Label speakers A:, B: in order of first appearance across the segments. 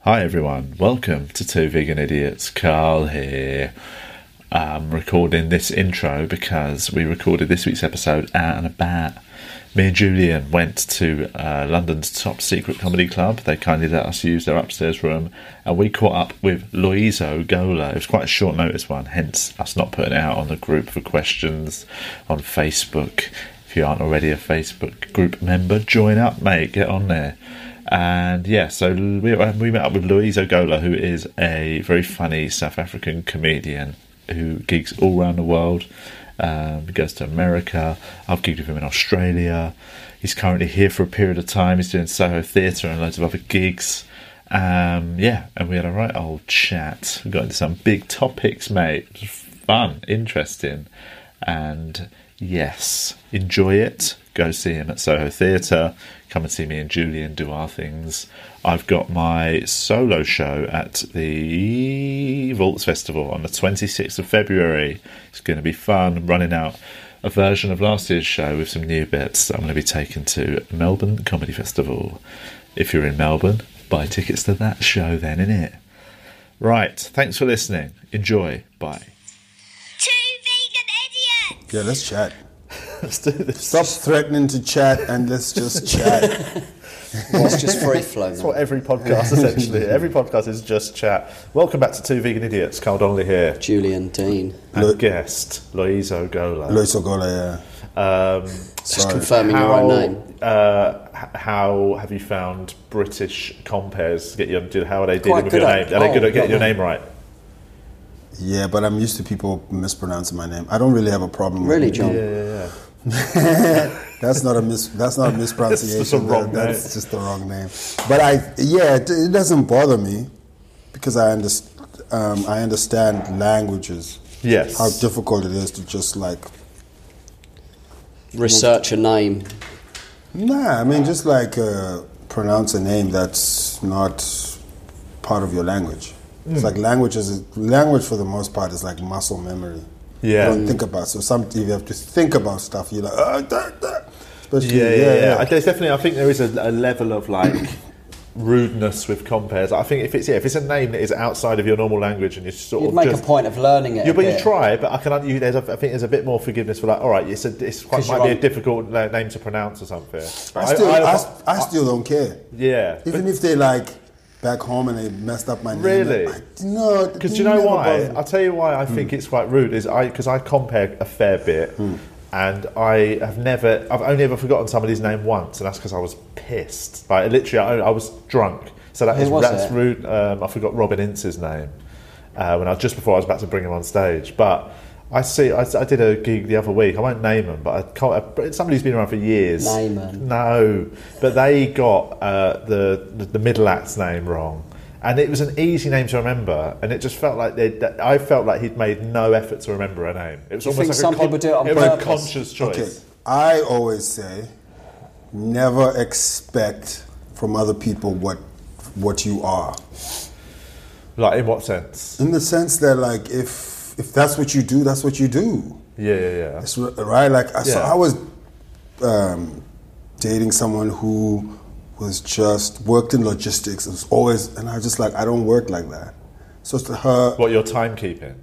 A: Hi everyone, welcome to Two Vegan Idiots. Carl here. I'm recording this intro because we recorded this week's episode out and about. Me and Julian went to uh, London's top secret comedy club. They kindly let us use their upstairs room, and we caught up with Loiso Gola. It was quite a short notice one, hence us not putting it out on the group for questions on Facebook. If you aren't already a Facebook group member, join up, mate. Get on there. And yeah, so we, uh, we met up with Louise Ogola, who is a very funny South African comedian who gigs all around the world. Um, he goes to America. I've gigged with him in Australia. He's currently here for a period of time. He's doing Soho Theatre and loads of other gigs. Um, yeah, and we had a right old chat. We got into some big topics, mate. It was fun, interesting. And yes, enjoy it. Go see him at Soho Theatre. Come and see me and Julian do our things. I've got my solo show at the Vaults Festival on the 26th of February. It's going to be fun. I'm running out a version of last year's show with some new bits that I'm going to be taking to Melbourne Comedy Festival. If you're in Melbourne, buy tickets to that show then, innit? Right, thanks for listening. Enjoy. Bye.
B: Two vegan idiots.
C: Yeah, let's chat.
A: Let's do this.
C: Stop threatening to chat and let's just chat.
D: It's just free flow.
A: That's what every podcast essentially. every podcast is just chat. Welcome back to Two Vegan Idiots. Carl Donnelly here.
D: Julian Dean.
A: And
C: Look-
A: guest Loiso Gola.
C: Luis Ogola,
A: Um,
D: Just confirming your own name.
A: Uh, h- how have you found British compares? Get your, do- how are they dealing
D: Quite
A: with
D: good
A: your
D: at-
A: name? Are they
D: oh,
A: good at getting
D: yeah.
A: your name right?
C: yeah. Yeah, but I'm used to people mispronouncing my name. I don't really have a problem with
D: Really,
C: it.
D: John?
C: That's not a mis- that's not a mispronunciation.
A: That's just a wrong
C: That-
A: name.
C: that's just the wrong name. But I yeah, it, it doesn't bother me because I understand um, I understand languages.
A: Yes.
C: How difficult it is to just like
D: Research a name.
C: nah, I mean just like uh, pronounce a name that's not part of your language.
A: Hmm.
C: It's like languages language for the most part is like muscle memory.
A: Yeah.
C: You don't think about so some you have to think about stuff. You're like "Ah, da, da." Especially-
A: yeah, yeah, yeah. I, there's definitely, I think there is a, a level of like rudeness with compares. I think if it's yeah, if it's a name that is outside of your normal language and you're sort
D: You'd
A: of
D: make
A: just,
D: a point of learning it.
A: Yeah,
D: a
A: but you
D: bit.
A: try, but I can. un- You, there's a, I think there's a bit more forgiveness for like. All right, it's a, it's quite
D: 'Cause
A: might
D: you're
A: be a
D: on-
A: difficult na- name to pronounce or something.
C: I still, I, I, still don't care.
A: yeah,
C: Even if they like back home and they messed up my name.
A: Really?
C: I, no. it
A: because you know
C: never
A: why?
C: bothered me.
A: I'll tell you why I think it's quite rude. Is I because I compare a fair bit, and I have never. I've only ever forgotten somebody's name once, and that's because I was pissed. Like literally, I, I was drunk. So that
D: Who
A: is
D: was
A: that's
D: it?
A: rude. Um, I forgot Robin Ince's name uh, when I just before I was about to bring him on stage, but. I see. I, I did a gig the other week. I won't name them, but I can't, but somebody who's been around for years.
D: Name 'em.
A: No, but they got uh, the, the the middle act's name wrong, and it was an easy name to remember, and it just felt like they. that- I felt like he'd made no effort to remember a name. It was
D: You
A: almost
D: think
A: like
D: some
A: a con-
D: people do it on
A: was a
D: purpose?
A: conscious choice.
C: Okay. I always say, never expect from other people what what you are.
A: Like in what sense?
C: In the sense that, like, if if that's what you do, that's what you do.
A: Yeah, yeah, yeah.
C: It's r- right. Like, I so
A: Yeah.
C: I was um, dating someone who was just worked in logistics. It was always, and I was just like, I don't work like that. So it's her
A: What your timekeeping?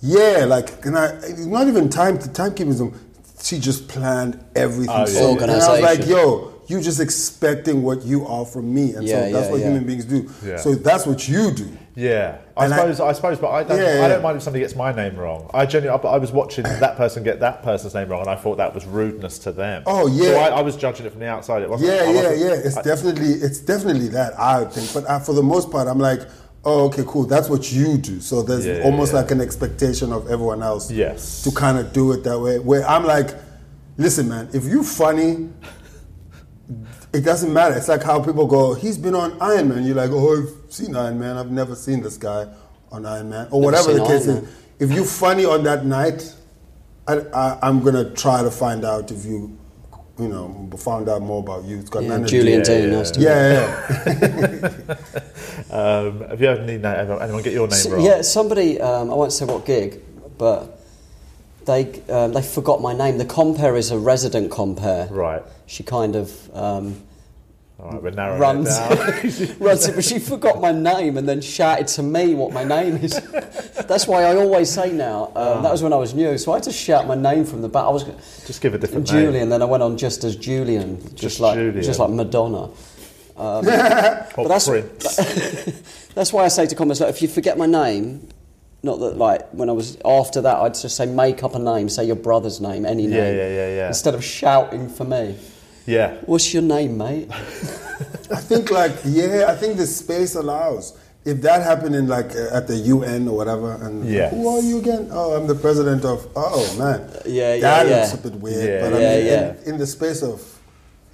C: Yeah, like, and I not even time the timekeeping. She just planned everything.
A: Oh, yeah,
C: so-
D: yeah.
C: And I was like,
D: Organisation.
C: yo, you just expecting what you are from me, and
D: Yeah,
C: so that's
D: yeah,
C: what
D: yeah.
C: human beings do.
A: Yeah.
C: So that's what you do.
A: Yeah, I
C: And I-
A: suppose. I, suppose, but I don't.
C: Yeah,
A: I
C: yeah.
A: don't mind if somebody gets my name wrong. I genuinely. I, I was watching that person get that person's name wrong, and I thought that was rudeness to them.
C: Oh,
A: So
C: yeah.
A: I, I was judging it from the outside. It wasn't.
C: Yeah,
A: I
C: yeah,
A: wasn't-
C: yeah. It's
A: I-
C: definitely it's definitely that I would think, but I, for the most part, I'm like, oh, okay, cool. That's what you do. So there's
A: Yeah, yeah,
C: almost
A: yeah.
C: like an expectation of everyone else.
A: Yes.
C: To kind of do it that way, where I'm like, listen, man, if you funny, It doesn't matter. It's like how people go, he's been on Iron Man. You're like, oh, I've seen Iron Man. I've never seen this guy on Iron Man. Or whatever
D: seen
C: the case
D: Iron
C: is.
D: Man.
C: If you're funny on that night, I, I, I'm going to try to find out if you, you know, found out more about you. It's got
D: Yeah,
C: nothing
D: Julian
C: to do.
D: Day nice to meet you.
C: Yeah, yeah, yeah.
A: Um, have you had any name? Anyone, anyone get your name
D: S-
A: wrong?
D: yeah, somebody, um, I won't say what gig, but they, um, they forgot my name. The compere is a resident compere.
A: Right.
D: She kind of um,
A: All right, we're narrowing
D: runs,
A: it down.
D: runs it, but she forgot my name and then shouted to me what my name is. That's why I always say now, um, that
A: Ah.
D: was when I was new, so I had to shout my name from the back. I was
A: Just give a different name.
D: Julian, then I went on just as Julian, just,
A: Just
D: like
A: Julian.
D: just like Madonna.
A: Or
D: that's-
A: Prince.
D: That's why I say to comments like, if you forget my name, not that like when I was after that, I'd just say make up a name, say your brother's name, any
A: Yeah,
D: name,
A: yeah, yeah, yeah.
D: instead of shouting for me.
A: yeah.
D: What's your name, mate?
C: I think like yeah, I think the space allows. If that happened in like uh, at the UN or whatever, and
A: Yeah.
C: who are you again? Oh, I'm the president of. Oh man,
D: Uh, Yeah, yeah,
C: that
D: yeah.
C: looks a bit weird.
A: Yeah,
C: but I
D: yeah,
C: mean,
D: yeah.
C: In, in the space of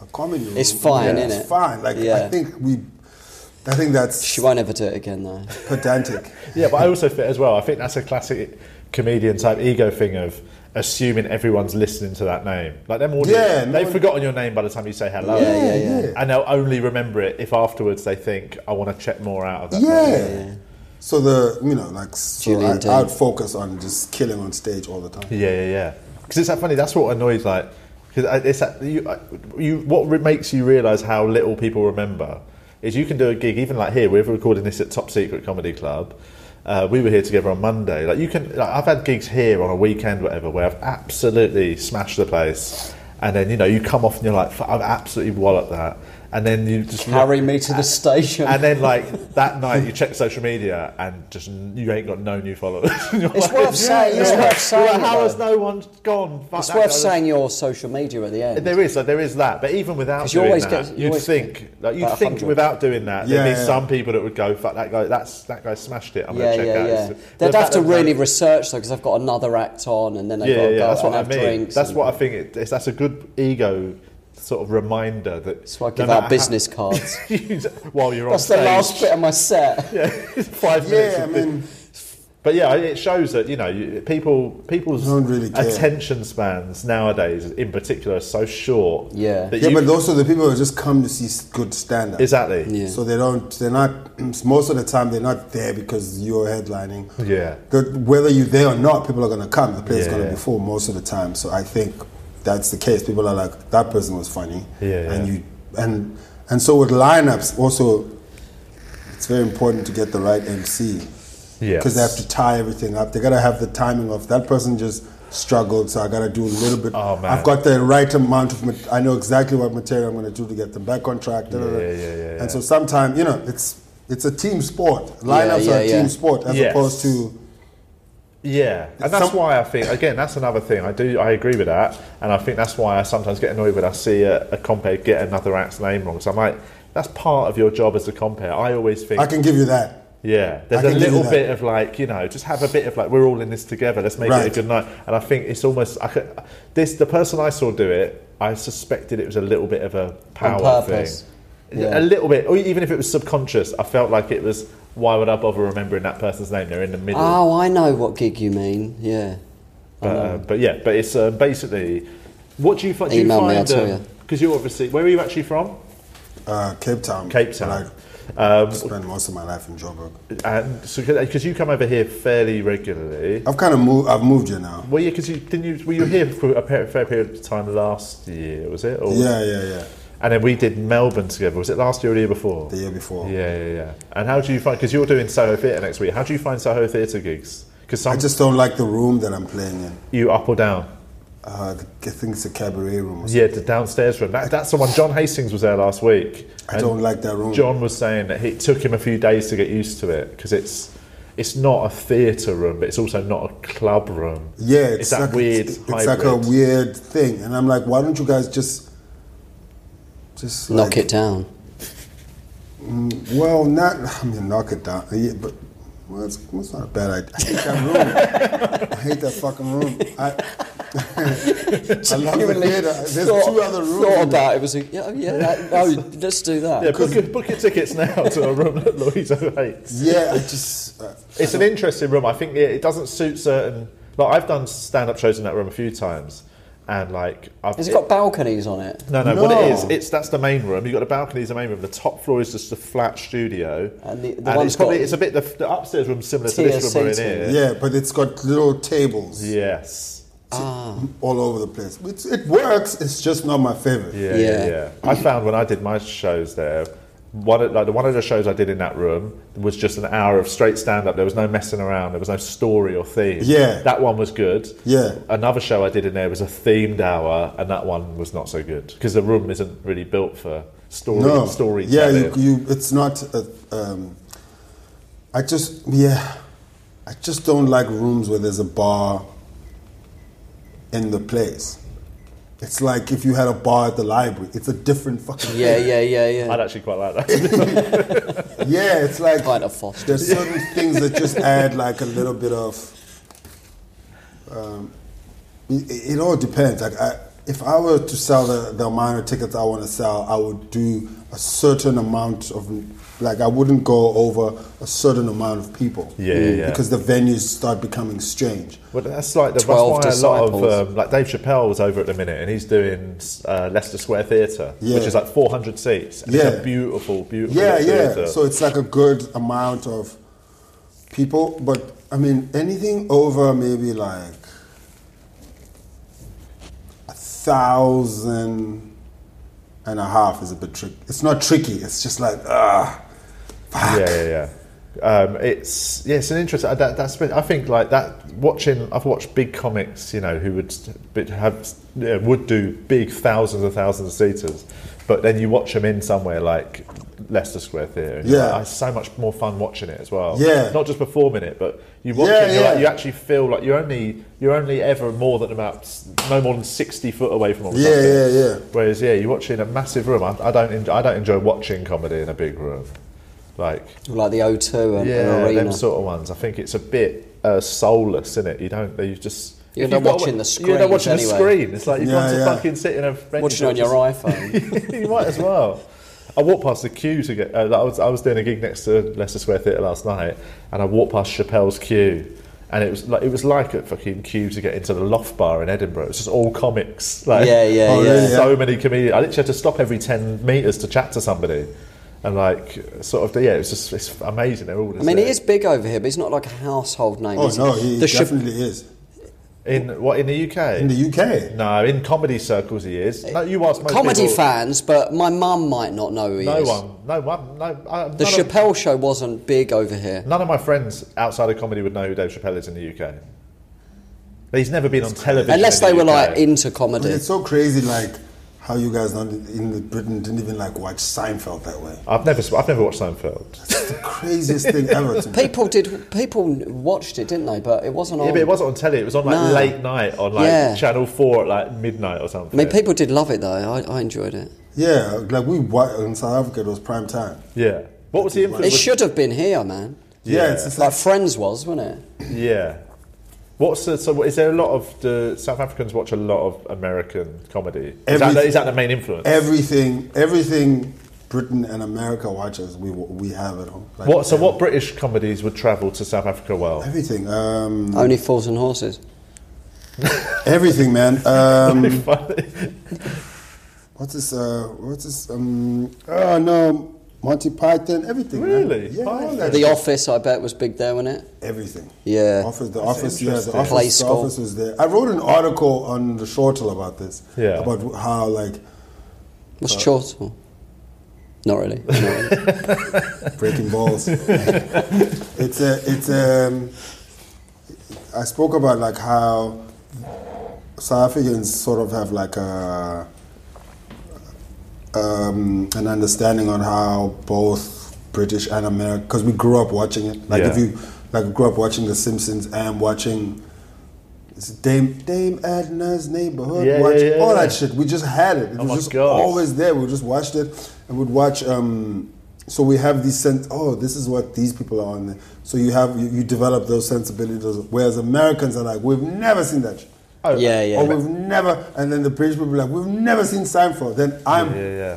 C: a comedy room,
D: It's fine,
C: yeah,
D: innit?
C: It's fine. Like
D: Yeah.
C: I think we, I think that's
D: she won't ever do it again though.
C: pedantic.
A: Yeah, but I also fit as well. I think that's a classic comedian type ego thing of assuming everyone's listening to that name. Like them audience,
C: Yeah, no
A: they've
C: one-
A: forgotten your name by the time you say hello.
D: Yeah, yeah, yeah.
C: Yeah.
A: And they'll only remember it if afterwards they think, I want to check more out of that.
C: yeah.
A: name."
C: So the you know like so
D: Julian Day.
C: I, I'd focus on just killing on stage all the time.
A: Yeah, yeah, yeah. Because it's that funny. That's what annoys like because it's that you, I- you what re- makes you realise how little people remember is you can do a gig even like here. We're recording this at Top Secret Comedy Club. Uh, we were here together on Monday. Like you can, like, I've had gigs here on a weekend, whatever, where I've absolutely smashed the place, and then you know you come off and you're like, "F- I've absolutely walloped that, and then you just
D: Carry me to the station.
A: And then, like that night, you check social media, and just n- you ain't got no new followers. You're
D: It's
A: like-
D: worth saying- it's worth
A: You're like,
D: saying
A: How
D: though.
A: has no one gone? Fuck
D: it's
A: that
D: worth
A: guy."
D: saying your social media at the end.
A: There is, like, there is that, but even without
D: 'Cause you
A: doing
D: always
A: that,
D: get- you
A: you'd
D: always
A: think,
D: get
A: like, you'd
D: about
A: think
D: 100.
A: without doing that, there'd
C: Yeah,
A: be
C: yeah.
A: some people that would go, "Fuck that guy! That's that guy smashed it." I'm
D: yeah,
A: gonna check
D: yeah,
A: that.
D: yeah.
A: It's- the
D: They'd have
A: fact
D: to
A: that-
D: really research though, because I've got another act on, and then they've got
A: yeah,
D: to
A: yeah.
D: go
A: That's
D: out
A: what
D: and
A: I
D: have
A: mean.
D: drinks.
A: That's
D: and-
A: what I think. It, it's, that's a good ego sort of reminder that.
D: So I
A: no
D: give
A: matter
D: out
A: how-
D: business cards.
A: You- while you're on
D: That's the
A: stage.
D: last bit of my set.
A: Yeah, five minutes.
C: Yeah, I
A: of this-
C: mean,
A: But yeah, it shows that you know you- people people's
C: Don't really care.
A: attention spans nowadays, in particular, are so short.
D: Yeah.
A: that
C: yeah,
A: you-
C: but also the people who just come to see s- good stand up.
A: exactly.
D: Yeah.
C: So they don't. They're not. Most of the time, they're not there because you're headlining.
A: Yeah.
C: The- whether you're there or not, people are going to come. The place is
A: Yeah,
C: going to
A: yeah.
C: be full most of the time. So I think that's the case. People are like, that person was funny.
A: Yeah,
C: And
A: yeah.
C: you and and so with lineups also, it's very important to get the right MC.
A: Yes.
C: Because they have to tie everything up. They got to have the timing of that person just struggled, so I got to do a little bit.
A: Oh, man.
C: I've got the right amount of. mat- I know exactly what material I'm going to do to get them back on track. da, da,
A: Yeah,
C: da.
A: yeah, yeah, yeah.
C: And so sometimes you know it's it's a team sport. Lineups
D: yeah,
C: are a
D: yeah.
C: team sport as
A: Yes.
C: opposed to
A: Yeah, and that's
C: Some-
A: why I think again that's another thing I do I agree with that, and I think that's why I sometimes get annoyed when I see a, a compare get another act's name wrong. So I'm like, that's part of your job as a compare. I always think,
C: I can give you that.
A: yeah, there's
C: I
A: a
C: can give you
A: little
C: that.
A: bit of like you know, just have a bit of like we're all in this together. Let's make it a
C: Right.
A: good night. And I think it's almost I could, this the person I saw do it. I suspected it was a little bit of a power thing.
D: purpose. Yeah.
A: A little bit, or even if it was subconscious, I felt like it was. Why would I bother remembering that person's name? They're in the middle.
D: Oh, I know what gig you mean. Yeah.
A: But, uh, but yeah, but it's uh, basically what do you, fi- do you
D: Email me, I'll
A: find?
D: tell you.
A: Because you're obviously where are you actually from?
C: Uh, Cape Town.
A: Cape
C: Like,
A: Town. Um,
C: I spent most of my life in Joburg.
A: And so because you come over here fairly regularly.
C: I've kind of moved. I've moved here now.
A: Well, yeah, because you didn't you were you here for a per- fair period of time last year, was it? Or,
C: Yeah, yeah, yeah.
A: And then we did Melbourne together. Was it last year or the year before?
C: The year before.
A: Yeah, yeah, yeah. And how do you find? Because you're doing Soho Theatre next week. How do you find Soho Theatre gigs? Because
C: I
A: some
C: just don't like the room that I'm playing in.
A: you up or down?
C: Uh, I think it's a cabaret room. Or something.
A: Yeah, the downstairs room. That, that's the one. John Hastings was there last week.
C: I don't like that room.
A: John was saying that it took him a few days to get used to it because it's it's not a theatre room, but it's also not a club room.
C: Yeah, it's,
A: that
C: like,
A: weird.
C: It's, it's
A: hybrid.
C: like a weird thing, and I'm like, why don't you guys just, just
D: Knock
C: like,
D: it down.
C: Well, not I mean, knock it down. Yeah, but well, it's, well, it's not a bad idea. I hate that room. I hate that fucking room. I, I love the
D: Genuinely
C: theater. There's
D: thought,
C: two other rooms.
D: Thought about it was like, yeah, oh, yeah, that, no, let's do that.
A: Yeah, book, your, book your tickets now to a room that Louise hates.
C: Yeah, I just. Uh,
A: It's an interesting room. I think it, it doesn't suit certain. Like I've done stand-up shows in that room a few times, and like I've
D: Has it got balconies on it?
A: No, no, What it is,
C: No.
A: it's that's the main room. You've got the balcony is the main room. The top floor is just a flat studio,
D: And the- the one's
A: it's probably
D: got-
A: it's a bit the, the upstairs room similar to this
D: TSC
A: room we're in
D: to
A: here.
C: yeah, but it's got little tables
A: Yes.
C: all over the place. It's, it works. It's just not my favorite.
A: Yeah, yeah,
D: Yeah.
A: yeah. I found when I did my shows there, one of, like the one of the shows I did in that room was just an hour of straight stand up. There was no messing around. There was no story or theme.
C: Yeah.
A: that one was good.
C: Yeah.
A: another show I did in there was a themed hour, and that one was not so good because the room isn't really built for story
C: No.
A: story.
C: Yeah, you, you. It's not. A, um, I just yeah, I just don't like rooms where there's a bar in the place. It's like if you had a bar at the library. It's a different fucking.
D: Yeah, yeah, yeah, yeah.
A: I'd actually quite like that.
C: Yeah, it's like
D: Kind of Foster.
C: there's certain things that just add like a little bit of. Um, it, it all depends. Like, I, if I were to sell the, the amount of tickets I want to sell, I would do a certain amount of, like, I wouldn't go over a certain amount of people.
A: Yeah, yeah, yeah.
C: Because the venues start becoming strange.
A: Well, that's like the, that's
D: 12
A: why a lot of
D: disciples.
A: um, like Dave Chappelle was over at the minute, and he's doing uh, Leicester Square Theatre,
C: Yeah.
A: which is like 400 seats. And It's
C: Yeah.
A: a beautiful, beautiful.
C: Yeah, yeah.
A: theatre.
C: So it's like a good amount of people, but I mean, anything over maybe like a thousand and a half is a bit tricky. It's not tricky. It's just like ah, fuck.
A: yeah, yeah, yeah. Um, it's yeah, it's an interesting. uh, That, that's been, I think like that. Watching, I've watched big comics, you know, who would st- bit- have yeah, would do big thousands and thousands of seaters, but then you watch them in somewhere like Leicester Square Theatre. and you're
C: Yeah.
A: like, it's so much more fun watching it as well.
C: Yeah.
A: not just performing it, but you watch
C: Yeah,
A: it. You're like,
C: yeah.
A: you actually feel like you're only you're only ever more than about s- no more than sixty foot away from. all the
C: Yeah,
A: stuff.
C: yeah, yeah.
A: Whereas yeah, you watch it in a massive room. I, I don't en- I don't enjoy watching comedy in a big room, like.
D: like the O2 and
A: Yeah,
D: an arena.
A: them sort of ones. I think it's a bit uh, soulless, isn't it? You don't, you just.
D: You're
A: if
D: not
A: you've got-
D: watching the
A: You're not
D: screens
A: watching the
D: anyway.
A: screen. It's like you've
C: Yeah,
A: got to
C: yeah.
A: fucking sit in a. venue
D: Watching on your
A: just-
D: iPhone.
A: you might as well. I walked past the queue to get. Uh, I was I was doing a gig next to Leicester Square Theatre last night, and I walked past Chappelle's queue, and it was like it was like a fucking queue to get into the Loft Bar in Edinburgh. It was just all comics. Like,
D: Yeah, yeah, Oh, yeah.
C: really?
A: So many comedians. I literally had to stop every ten meters to chat to somebody, and like sort of yeah, it was just it's amazing. They're all.
D: I mean, he is big over here, but he's not like a household name.
C: Oh
D: is
C: no, he
D: The Chap-
C: definitely is
A: in what in the UK.
C: in the UK.
A: no, in comedy circles he is. No, you ask most
D: comedy
A: people,
D: fans, but my mum might not know who he
A: No
D: is.
A: one, no one, no. I,
D: The
A: none of-
D: Chappelle show wasn't big over here.
A: None of my friends outside of comedy would know who Dave Chappelle is in the UK. He's never been on television.
D: Unless
A: in
D: they
A: the
D: were
A: UK.
D: like into
C: But
D: comedy.
C: it's so crazy, like how you guys not in the Britain didn't even like watch Seinfeld that way.
A: I've never, I've never watched Seinfeld.
C: It's the craziest thing ever to me.
D: People did. People watched it, didn't they? But it wasn't on.
A: Yeah, but it wasn't on telly. It was on like
D: Oh. No.
A: late night on like
D: Yeah.
A: Channel Four at like midnight or
D: I
A: something.
D: mean, people did love it though. I, I enjoyed it.
C: Yeah, like we wa- in South Africa, it was prime time.
A: Yeah. What was the influence?
D: It should have been here, man.
C: Yeah,
A: Yeah.
C: it's just
D: Like
C: like
D: Friends was, wasn't it?
A: Yeah. What's the, so? Is there a lot of the South Africans watch a lot of American comedy? Is that,
C: Everything.
A: the, is that the main influence?
C: everything, everything Britain and America watches, we we have at home. Like,
A: what? So
C: yeah.
A: what British comedies would travel to South Africa well?
C: Everything, um,
D: Only Fools and Horses.
C: everything, man. Um,
A: Funny.
C: what's this? Uh, what's this? Um, oh no, Monty Python. Everything. man.
A: Really?
C: Yeah, all
A: Python?
C: that
D: The
C: shit.
D: Office, I bet, was big there, wasn't it?
C: Everything.
D: Yeah.
C: Office, the office, yeah, the
A: interesting.
C: office,
D: Play
C: the
D: school.
C: office was there. I wrote an article on the Shortle about this.
A: Yeah.
C: About how like
D: What's Chortle? Not really. Not really.
C: breaking balls. it's a, it's um, I spoke about like how South Africans sort of have like a um, an understanding on how both British and American because we grew up watching it. Like if
A: Yeah.
C: you like grew up watching The Simpsons and watching. it's Dame Dame Edna's neighborhood,
A: Yeah, yeah,
C: watch
A: yeah,
C: all
A: yeah.
C: that shit. We just had it. It
A: Oh my
C: was just
A: God.
C: always was there. We just watched it, and we'd watch. Um, so we have these sense. Oh, this is what these people are on. So you have you, you develop those sensibilities. Whereas Americans are like, we've never seen that. shit."
A: Oh,
D: Yeah, yeah.
C: Or we've never, and then the British people are like, we've never seen Seinfeld. Then I'm
A: yeah, yeah.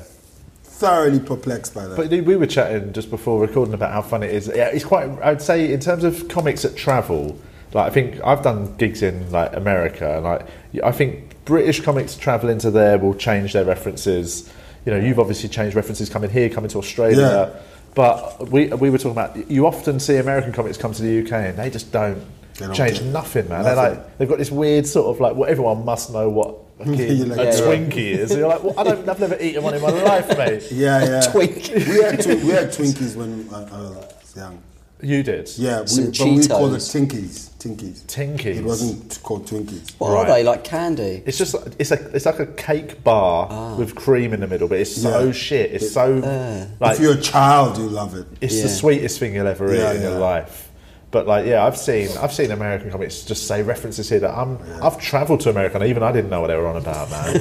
C: thoroughly perplexed by that.
A: But we were chatting just before recording about how fun it is. Yeah, it's quite. I'd say in terms of comics that travel, like I think I've done gigs in like America, and like I think British comics traveling to there will change their references. You know, you've obviously changed references coming here, coming to Australia.
C: Yeah.
A: But we we were talking about you often see American comics come to the UK and they just don't,
C: They don't
A: change
C: get
A: nothing, man. They're
C: nothing.
A: like they've got this weird sort of like well, everyone must know what. A, kid,
C: You're like,
A: a
C: yeah.
A: Twinkie is. You're like, well, I don't. I've never eaten one in my life, mate.
C: yeah, yeah.
D: Twink.
C: we, had twi- we had Twinkies when uh, I, I was young.
A: You did.
C: Yeah, we,
D: Some
C: but we called it
D: Cheetos.
C: Tinkies. Tinkies.
A: Tinkies.
C: It wasn't called Twinkies.
D: What
A: Right.
D: are they like? Candy.
A: It's just like- it's a it's like a cake bar with cream in the middle, but it's so
C: Ah. Yeah. uh,
A: shit. It's so like
C: if you're a child, you love it.
A: it's the
D: Yeah.
A: sweetest thing you'll ever eat
C: Yeah,
A: in your
C: yeah.
A: life. But like yeah, I've seen I've seen American comics just say references here that I'm I've travelled to America and even I didn't know what they were on about, man.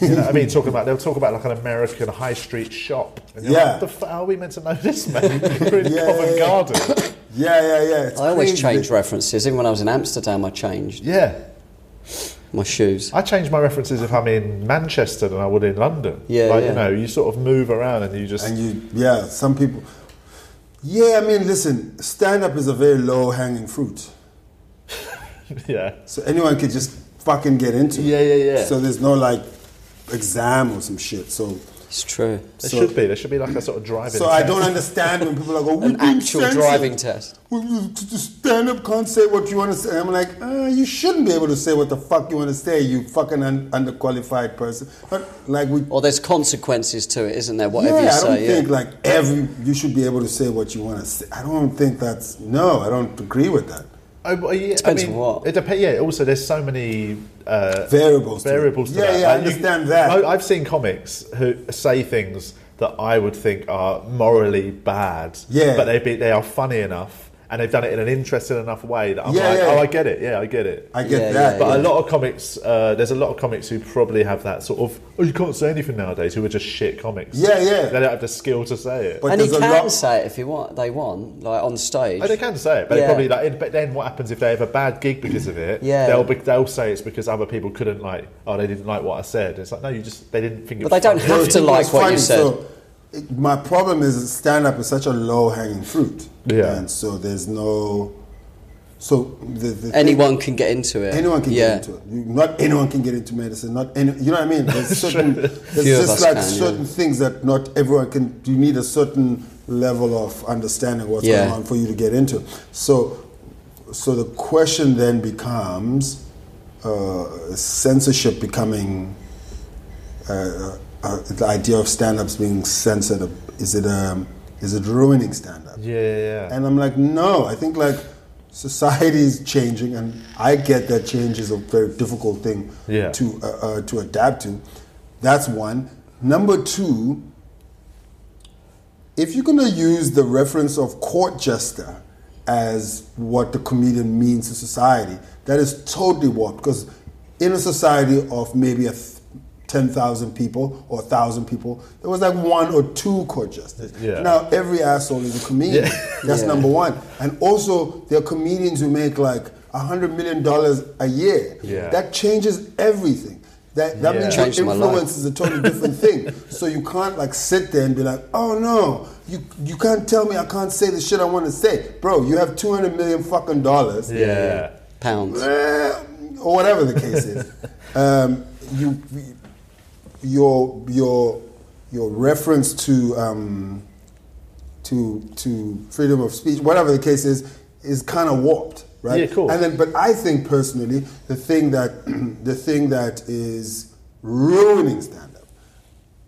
A: you know what I mean? Talking about they'll talk about like an American high street shop. And you're
C: Yeah.
A: like, the f- how are we meant to know this, man? we're in
C: Yeah,
A: Covent
C: yeah, yeah.
A: Garden.
C: Yeah, yeah, yeah. It's
D: I always
C: crazy.
D: change references. Even when I was in Amsterdam, I changed
A: yeah.
D: my shoes.
A: I change my references if I'm in Manchester than I would in London.
D: Yeah,
A: like
D: yeah.
A: you know, you sort of move around and you just
C: And you, yeah, some people. Yeah, I mean, listen, stand up is a very low hanging fruit.
A: yeah.
C: So anyone could just fucking get into it.
A: Yeah, yeah, yeah.
C: So there's no like exam or some shit. So.
D: It's true.
A: There
C: So-
A: should be. There should be like a sort of driving.
C: So I
A: test.
C: don't understand when people are "Oh, going,
D: An actual driving test.
C: Stand up can't say what you want to say. I'm like, uh, you shouldn't be able to say what the fuck you want to say, you fucking un- underqualified person. But like we,
D: Or there's consequences to it, isn't there? Whatever
C: yeah,
D: you
C: I don't
D: say.
C: think
D: yeah.
C: like every you should be able to say what you want to say. I don't think that's no. I don't agree with that.
A: Oh, well, yeah,
D: Depends
A: I mean,
D: on what.
A: It depends. Yeah. Also, there's so many uh,
C: Variables. to it.
A: variables. To
C: yeah,
A: that.
C: yeah, I
A: Like, you-
C: understand that.
A: I, I've seen comics who say things that I would think are morally bad.
C: Yeah.
A: But they be, they are funny enough, and they've done it in an interesting enough way that I'm
C: Yeah,
A: like,
C: yeah.
A: oh, I get it. Yeah, I get it.
C: I get
D: Yeah,
C: that.
D: yeah,
A: But a lot of comics, uh, there's a lot of comics who probably have that sort of, oh, you can't say anything nowadays, who are just shit comics.
C: Yeah, yeah.
A: They don't have the skill to say it.
C: But
D: and he
C: there's a
D: can
C: lot-
D: say it if he want. They want like on stage.
A: Oh, they can say it, but
D: Yeah.
A: they probably like. But then what happens if they have a bad gig because of it?
D: Yeah.
A: they'll be, they'll say it's because other people couldn't like. Oh, they didn't like what I said. It's like no, you just they didn't think. it
D: But
A: was
D: they don't
A: funny.
D: have to
C: It's
D: like what you said.
C: So it- my problem is stand up is such a low hanging fruit.
A: Yeah.
C: And so there's no. So the, the thing-
D: anyone can get into it.
C: anyone can
D: yeah.
C: get into it. You- Not anyone can get into medicine. Not any, you know what I mean. There's certain. there's
D: Few of
C: just
D: us
C: like
D: can, yeah.
C: certain things that not everyone can. You need a certain level of understanding what's
D: Yeah.
C: going on for you to get into. So, so the question then becomes uh, censorship becoming uh, uh, the idea of stand-ups being censored. Is it um, is it ruining stand-up?
A: Yeah, yeah, yeah.
C: And I'm like, no, I think like society is changing, and I get that change is a very difficult thing
A: Yeah.
C: to uh, uh, to adapt to. That's one. Number two, if you're gonna use the reference of court jester as what the comedian means to society, that is totally warped because in a society of maybe a th- 10,000 people or 1,000 people, there was like one or two court jesters.
A: Yeah.
C: Now every asshole is a comedian. That's
D: Yeah.
C: number one. And also, there are comedians who make like $100 million a year.
A: Yeah.
C: That changes everything. That, that
A: Yeah.
C: means
D: Changed
C: your
D: my life.
C: influence is a totally different thing. So you can't like sit there and be like, oh no, you you can't tell me I can't say the shit I want to say, bro. You have two hundred million fucking dollars,
A: yeah.
D: Pounds.
C: Eh, or whatever the case is. um, you your your your reference to um, to to freedom of speech, whatever the case is, is kind of warped, right?
A: Yeah, of course.
C: And then, but I think personally, the thing that the thing that is ruining stand-up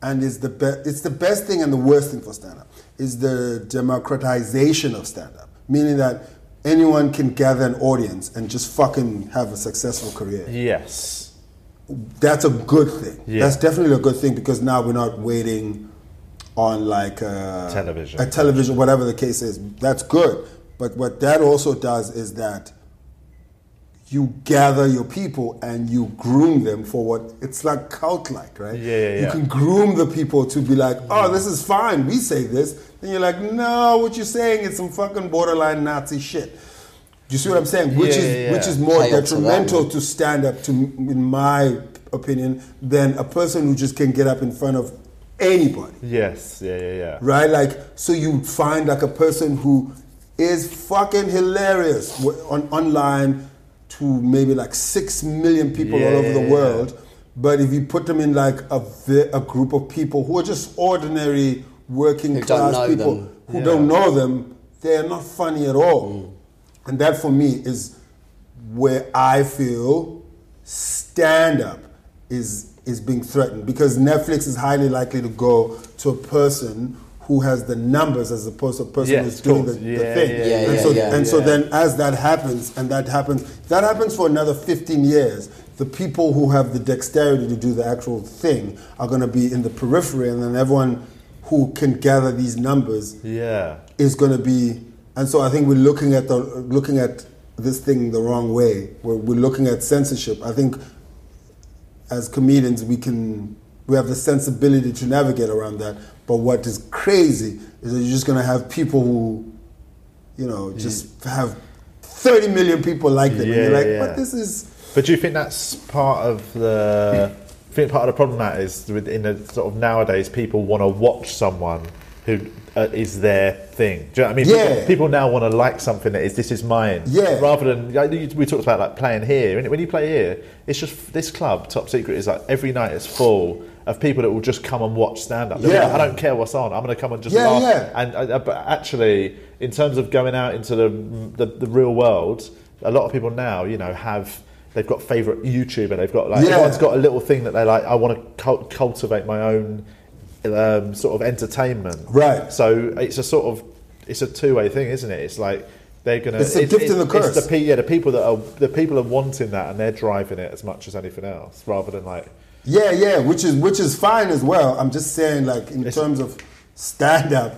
C: and is the best. It's the best thing and the worst thing for stand-up is the democratization of stand-up, meaning that anyone can gather an audience and just fucking have a successful career
A: Yes.
C: that's a good thing.
A: Yeah.
C: That's definitely a good thing because now we're not waiting on like a
A: Television.
C: a television, whatever the case is. That's good. But what that also does is that you gather your people and you groom them for what it's like cult like, right?
A: Yeah, yeah,
C: You
A: yeah.
C: can groom the people to be like, oh, this is fine. We say this. Then you're like, no, what you're saying is some fucking borderline Nazi shit. Do you see what I'm saying? Which
A: Yeah,
C: is
A: yeah, yeah.
C: which is more
D: Play up to that
C: detrimental
D: one.
C: to stand up to, in my opinion, than a person who just can get up in front of anybody
A: Yes, yeah, yeah, yeah.
C: right? Like, so you find like a person who is fucking hilarious w- on online to maybe like six million people all over the
A: Yeah.
C: world, but if you put them in like a vi- a group of people who are just ordinary working
D: Who don't
C: class
D: know
C: people
D: them. Mm.
C: who don't know them, they are not funny at all, and that for me is where I feel stand up is is being threatened because Netflix is highly likely to go to a person who has the numbers as opposed to a person
A: Yes,
C: who's
A: of
C: doing the,
A: course.
C: the
A: Yeah,
C: thing.
A: yeah,
D: Yeah,
C: and
D: yeah,
C: so
D: yeah.
C: and so
A: Yeah.
C: then as that happens and that happens, if that happens for another 15 years. The people who have the dexterity to do the actual thing are going to be in the periphery, and then everyone who can gather these numbers
A: Yeah.
C: is going to be and so i think we're looking at the looking at this thing the wrong way we're, we're looking at censorship i think as comedians we can we have the sensibility to navigate around that but what is crazy is that you're just going to have people who you know just have 30 million people like them and you're
A: Yeah,
C: like
A: yeah.
C: but this is
A: But do you think that's part of the? I think part of the problem that is within the sort of nowadays people want to watch someone who uh, is their thing. Do you know what I mean?
C: Yeah.
A: People, people now want to like something that is this is mine.
C: Yeah.
A: Rather than like, you- we talked about like playing here. When- When you play here, it's just this club Top Secret is like every night it's full of people that will just come and watch stand up.
C: Yeah.
A: I don't care what's on. I'm going to come and just
C: Yeah,
A: laugh
C: yeah.
A: and uh, uh, but actually, in terms of going out into the, the the real world, a lot of people now, you know, have they've got favorite YouTuber. They've got like
C: Yeah.
A: everyone's got a little thing that they like. I want to cul- cultivate my own um, sort of entertainment.
C: Right.
A: So it's a sort of it's a two way thing, isn't it? It's like they're gonna.
C: It's the gift and the
A: it's
C: curse.
A: the pe- yeah, the people that are the people are wanting that and they're driving it as much as anything else, rather than like.
C: Yeah, yeah, which is which is fine as well. I'm just saying, like in terms of stand up,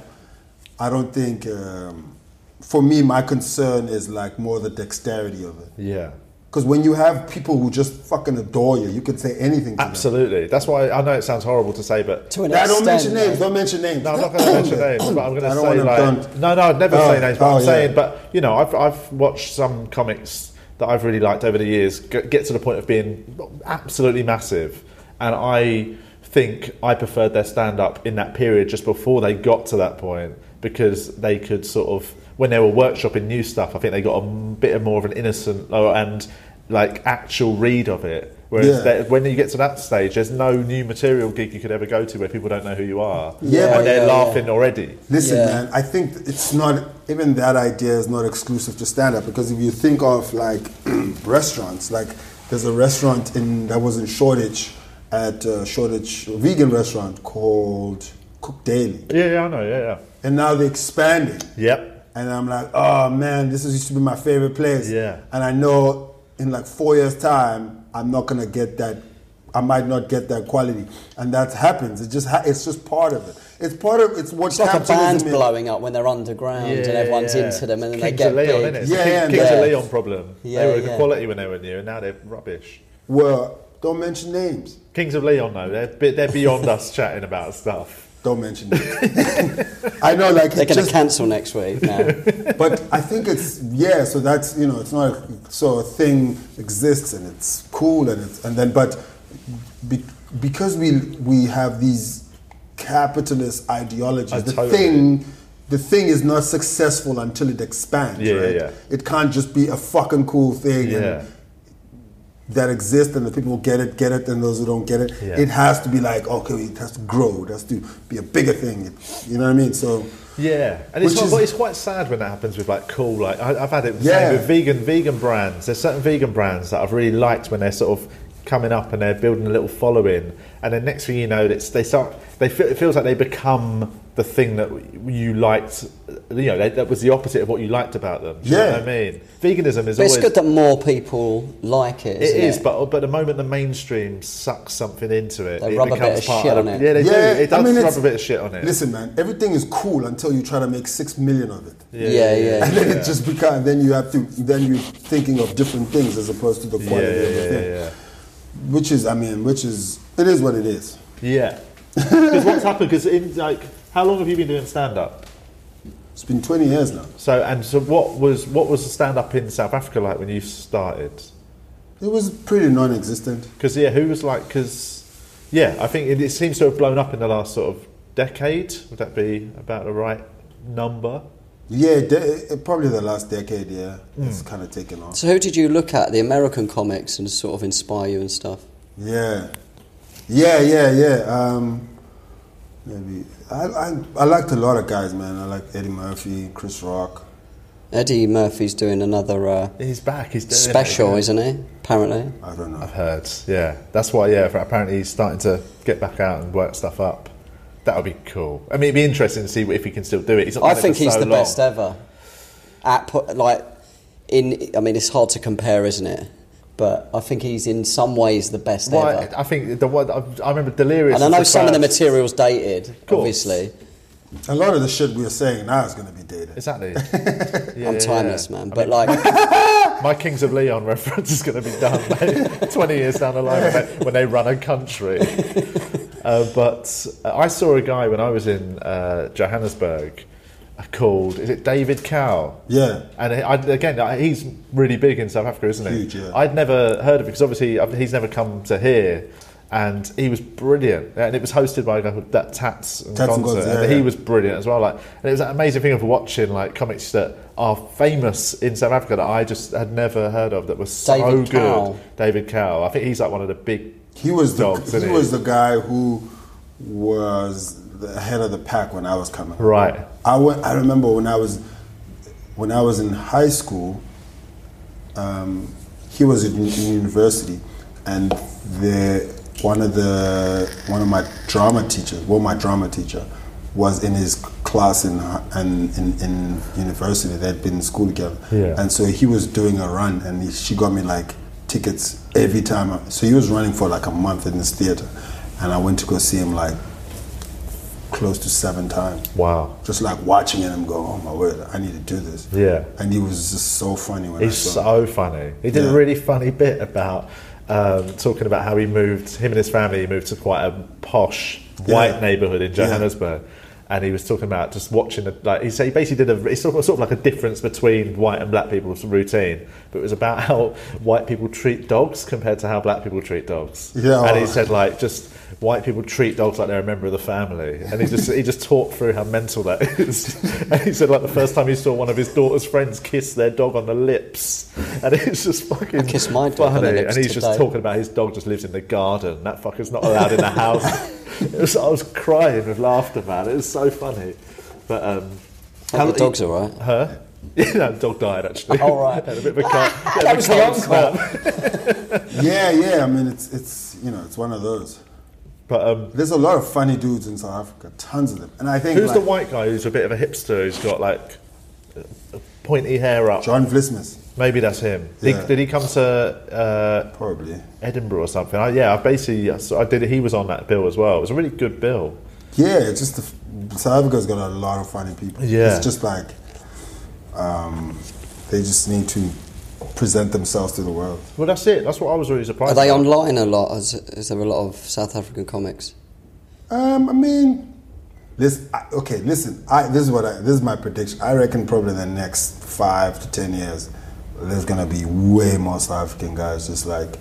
C: I don't think. Um, for me, my concern is like more the dexterity of it.
A: Yeah.
C: Because when you have people who just fucking adore you, you can say anything. To
A: Absolutely. That's why I know it sounds horrible to say, but
D: To an
C: Them. Nah, don't
D: extent,
C: mention
D: though.
C: names. Don't mention names.
A: No, I'm not going to mention names, but I'm going
C: I
A: to
C: don't
A: say
C: want
A: like,
C: them done.
A: no, no, I'd never
C: Oh,
A: say names. But
C: oh,
A: I'm
C: yeah.
A: saying, but you know, I've I've watched some comics that I've really liked over the years g- get to the point of being absolutely massive, and I think I preferred their stand up in that period just before they got to that point because they could sort of when they were workshopping new stuff. I think they got a m- bit of more of an innocent uh, and like actual read of it. Whereas
C: Yeah.
A: they- when you get to that stage, there's no new material gig you could ever go to where people don't know who you are.
C: Yeah,
A: and
C: but-
A: they're
D: yeah, yeah.
A: laughing already.
C: Listen,
D: Yeah.
C: man, I think it's not even that idea is not exclusive to stand up because if you think of like restaurants, like there's a restaurant in that was in Shoreditch at uh, Shoreditch a vegan restaurant called Cook Daily,
A: Yeah, yeah, I know. Yeah, yeah.
C: and now they're expanding.
A: Yep.
C: And I'm like, oh man, this is, used to be my favorite place.
A: Yeah.
C: And I know in like four years' time, I'm not gonna get that. I might not get that quality, and that happens. It just ha- it's just part of it. It's part of it's what
D: It's like a
C: capitalism
D: band
C: is.
D: blowing up when they're underground and everyone's into them and then they
A: Kings
D: get
A: of Leon,
D: big.
A: innit?
C: Yeah,
A: King-
C: yeah,
A: Kings
D: yeah.
A: of Leon problem.
D: Yeah,
A: they were
D: yeah.
A: good quality when they were new, and now they're rubbish.
C: Well, don't mention names.
A: Kings of Leon, though, they're bi- they're beyond us chatting about stuff.
C: Don't mention names. I know, like,
D: They're
C: it
D: going
C: just,
D: to cancel next week now.
C: but I think it's yeah. So that's you know, it's not a, so a thing exists and it's cool and it's and then but be, because we we have these capitalist ideologies,
A: I
C: the
A: totally-
C: thing. The thing is not successful until it expands,
A: Yeah, yeah,
C: right?
A: yeah.
C: It can't just be a fucking cool thing and
A: Yeah.
C: that exist and the people who get it, get it, and those who don't get it.
A: Yeah.
C: It has to be like, okay, it has to grow, it has to be a bigger thing. It- you know what I mean? So,
A: Yeah, and it's
C: Which
A: quite,
C: is-
A: but it's quite sad when that happens with like cool. Like I, I've had it the
C: Yeah.
A: same with vegan vegan brands. There's certain vegan brands that I've really liked when they're sort of coming up and they're building a little following, and then next thing you know, it's they start. They feel, it feels like they become the thing that you liked. You know, they, that was the opposite of what you liked about them. Do you know
C: Yeah.
A: what I mean, veganism is
D: But
A: always
D: it's good that more people like it.
A: it
D: isn't
A: is, but but the moment the mainstream sucks something into it,
D: They
A: it
D: rub a bit
A: becomes
D: of
A: part
D: shit
A: of the,
D: on it.
A: Yeah, they
C: yeah,
A: do. It
C: I
A: does
C: mean,
A: rub
C: it's-
A: a bit of shit on it.
C: Listen, man, everything is cool until you try to make six million of it.
D: yeah, yeah. yeah.
C: And then it just becomes. Then you have to. Then you're thinking of different things as opposed to the
A: yeah,
C: quality
A: yeah,
C: of the
A: yeah,
C: thing,
A: yeah, yeah.
C: which is, I mean, which is, it is what it is.
A: Yeah. Because what's happened? Because in like, how long have you been doing stand up?
C: It's been 20 years now.
A: So and so, what was what was the stand up in South Africa like when you started?
C: It was pretty non existent.
A: Because yeah, who was like? Because yeah, I think it, it seems to have blown up in the last sort of decade. Would that be about the right number?
C: Yeah, de- probably the last decade, yeah. It's
A: Hmm.
C: kind of taken off.
D: So who did you look at the American comics and sort of inspire you and stuff?
C: Yeah, yeah, yeah, yeah. Um, maybe I, I I liked a lot of guys, man. I liked Eddie Murphy, Chris Rock.
D: Eddie Murphy's doing another uh,
A: He's back. He's doing it.
D: special, isn't he? Apparently.
C: I don't know.
A: I've heard. Yeah, that's why. Yeah, apparently he's starting to get back out and work stuff up. That would be cool. I mean, it'd be interesting to see if he can still do it. He's not
D: I
A: done it
D: think
A: for
D: he's
A: so
D: the
A: long.
D: best ever. At put, like in, I mean, it's hard to compare, isn't it? But I think he's in some ways the best
A: Well,
D: ever.
A: I, I think the one I, I remember Delirious.
D: And I
A: was
D: know
A: the
D: some of the
A: first-
D: material's dated,
A: course.
D: obviously.
C: A lot of the shit we are saying now is going to be dated.
A: Exactly. Yeah,
D: I'm
A: yeah,
D: timeless,
A: yeah.
D: man.
A: I
D: But
A: mean,
D: like,
A: My Kings of Leon reference is going to be done mate, 20 years down the line when they, when they run a country. Uh, but uh, I saw a guy when I was in uh, Johannesburg uh, called, is it David Cow?
C: Yeah.
A: And I, I- again, I, he's really big in South Africa, isn't he?
C: Huge, yeah.
A: I'd never heard of it because obviously I've- he's never come to here. And he was brilliant, and it was hosted by a guy called that Tats and
C: Tats
A: Tats
C: and Gonzo, yeah,
A: and he
C: yeah.
A: was was brilliant as well. Like, and it was an amazing thing of watching like comics that are famous in South Africa that I just had never heard of that were so
D: David
A: good.
D: Cowell.
A: David Cowell. I think he's like one of the big.
C: He was the
A: dogs.
C: he
A: isn't
C: was the guy who was the head of the pack when I was coming. up.
A: right.
C: I went, I remember when I was when I was in high school. Um, he was in, in university, and the one of the one of my drama teachers, well, my drama teacher, was in his class in hi- in in, in university. They'd been in school together,
A: Yeah.
C: and so he was doing a run, and he, she got me like tickets every time. I- so he was running for like a month in this theater, and I went to go see him like close to seven times
A: Wow.
C: just like watching him go, oh my word, I need to do this.
A: Yeah.
C: And he was just so funny when
A: He's
C: I saw him.
A: so funny. He did a
C: Yeah.
A: really funny bit about um, talking about how he moved, him and his family he moved to quite a posh white
C: Yeah.
A: neighborhood in
C: Yeah.
A: Johannesburg. And he was talking about just watching, the, like he said, he basically did a it's sort of, sort of like a difference between white and black people's routine, but it was about how white people treat dogs compared to how black people treat dogs.
C: Yeah.
A: and he said like just white people treat dogs like they're a member of the family, and he just he just talked through how mental that is. and he said like the first time he saw one of his daughter's friends kiss their dog on the lips, and it's just fucking
D: kissed my dog
A: funny.
D: on the lips
A: and he's just
D: today.
A: talking about his dog just lives in the garden. That fucker's not allowed in the house. it was, I was crying with laughter, man. It was so funny, but. um
D: the dog's all right.
A: Huh? Yeah, no, the dog died actually.
D: All right.
A: Had a bit of a car, bit of
D: That
A: a
D: was the
A: car
D: uncle.
A: snap.
C: Yeah, yeah. I mean, it's it's you know, it's one of those.
A: But um,
C: There's a lot of funny dudes in South Africa, tons of them. And I think
A: Who's
C: like,
A: the white guy who's a bit of a hipster who's got like uh, pointy hair up?
C: John Vlismus,
A: Maybe that's him. Did,
C: Yeah.
A: did he come to uh,
C: probably.
A: Edinburgh or something? I, yeah, I basically I saw- I did. He was on that bill as well. It was a really good bill.
C: Yeah, it's just the, f- South Africa's got a lot of funny people.
A: Yeah.
C: It's just like um, they just need to present themselves to the world.
A: Well, that's it. That's what I was really
D: Are
A: surprised.
D: they
A: by.
D: online a lot? Is, is there a lot of South African comics?
C: Um, I mean, this. I, okay, listen. I, this is what I. This is my prediction. I reckon probably in the next five to ten years, there's gonna be way more South African guys just like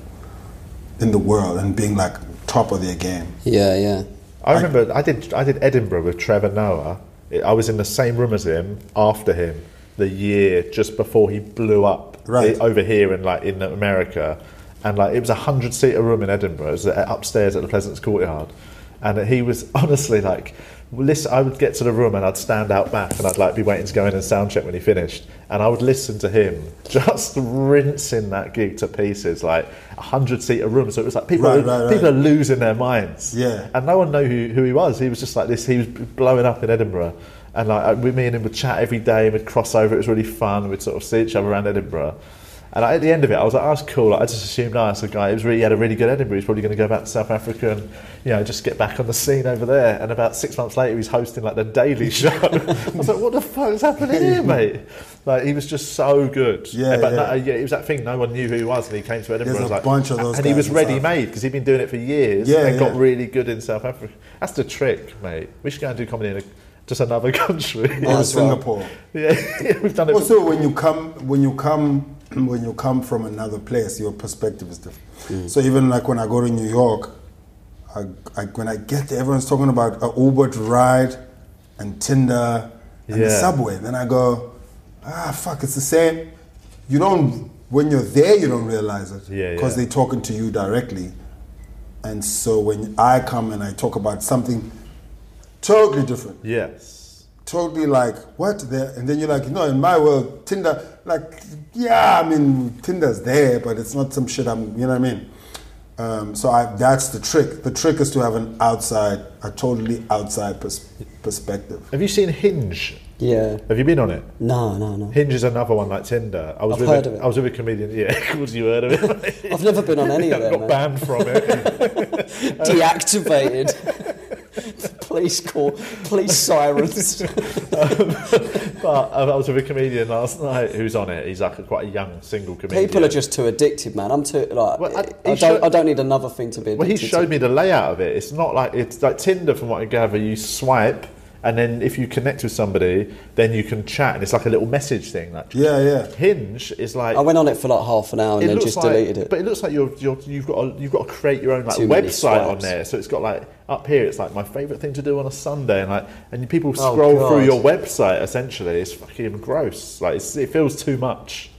C: in the world and being like top of their game.
D: Yeah, yeah.
A: I remember I did I did Edinburgh with Trevor Noah. I- I was in the same room as him after him the year just before he blew up
C: Right.
A: i- over here and like in America, and like it was a hundred seater room in Edinburgh. It was uh, upstairs at the Pleasance Courtyard, and he was honestly like. Listen, I would get to the room and I'd stand out back and I'd like be waiting to go in and sound check when he finished, and I would listen to him just rinsing that gig to pieces, like a hundred seater room. So it was like people,
C: Right,
A: are,
C: right, right.
A: people are losing their minds.
C: Yeah.
A: And no one knew who, who he was. He was just like this. He was blowing up in Edinburgh. And like I- we, me and him would chat every day. We'd cross over. It was really fun. We'd sort of see each other around Edinburgh. And like, at the end of it, I was like, "That's cool." Like, I just assumed, "Ah, it's a guy. He was really he had a really good Edinburgh. He's probably going to go back to South Africa and you know just get back on the scene over there." And about six months later, he's hosting like the Daily Show. I was like, "What the fuck is happening here, mate?" Like he was just so good.
C: Yeah,
A: but
C: yeah.
A: no- yeah, it was that thing. No one knew who he was, and he came to Edinburgh.
C: There's
A: and was
C: a
A: like,
C: bunch of those
A: and he
C: guys
A: was
C: in South
A: ready made because he'd been doing it for years
C: Yeah,
A: and got
C: yeah.
A: really good in South Africa. That's the trick, mate. We should go and do comedy in a, just another country.
C: or Singapore.
A: Yeah, yeah, we've done it.
C: Also, when you come, when you come, when you come from another place, your perspective is different.
A: Mm.
C: So even like when I go to New York, I, I, when I get there, everyone's talking about a Uber to ride and Tinder and the
A: Yeah.
C: subway. Then I go, ah, fuck, it's the same. You don't. When you're there, you don't realize it
A: Yeah,
C: because
A: yeah.
C: they're talking to you directly. And so when I come and I talk about something totally different,
A: yes.
C: totally like what there and then you're like no in my world tinder like yeah i mean tinder's there but it's not some shit i'm you know what i mean um, so I, that's the trick the trick is to have an outside a totally outside pers- perspective
A: Have you seen Hinge?
D: Yeah.
A: Have you been on it?
D: No, no, no.
A: Hinge is another one like Tinder. I was
D: I've
A: with
D: heard
A: a,
D: of it.
A: I was with a comedian. Yeah, was you heard of it?
D: I've never been on any of
A: I
D: them.
A: got
D: man.
A: banned from it.
D: Deactivated. police call, police sirens.
A: but um, I was with a comedian last night who's on it. He's like a, quite a young single comedian.
D: People are just too addicted, man. I'm too like.
A: Well, I-
D: I,
A: he
D: don't.
A: showed-
D: I don't need another thing to be addicted
A: Well, he
D: to.
A: showed me the layout of it. It's not like it's like Tinder, from what I gather. You swipe, and then if you connect with somebody, then you can chat, and it's like a little message thing. Like
C: yeah yeah
A: Hinge is like
D: I went on it for like half an hour and then just
A: like,
D: deleted it.
A: But it looks like you're, you're you've got to, you've got to create your own like
D: Too many
A: website on
D: swipes.
A: there. So it's got like up here, it's like my favorite thing to do on a Sunday, and like and people
D: Oh,
A: scroll through
D: God.
A: your website. Essentially, it's fucking gross. Like it's, it feels too much.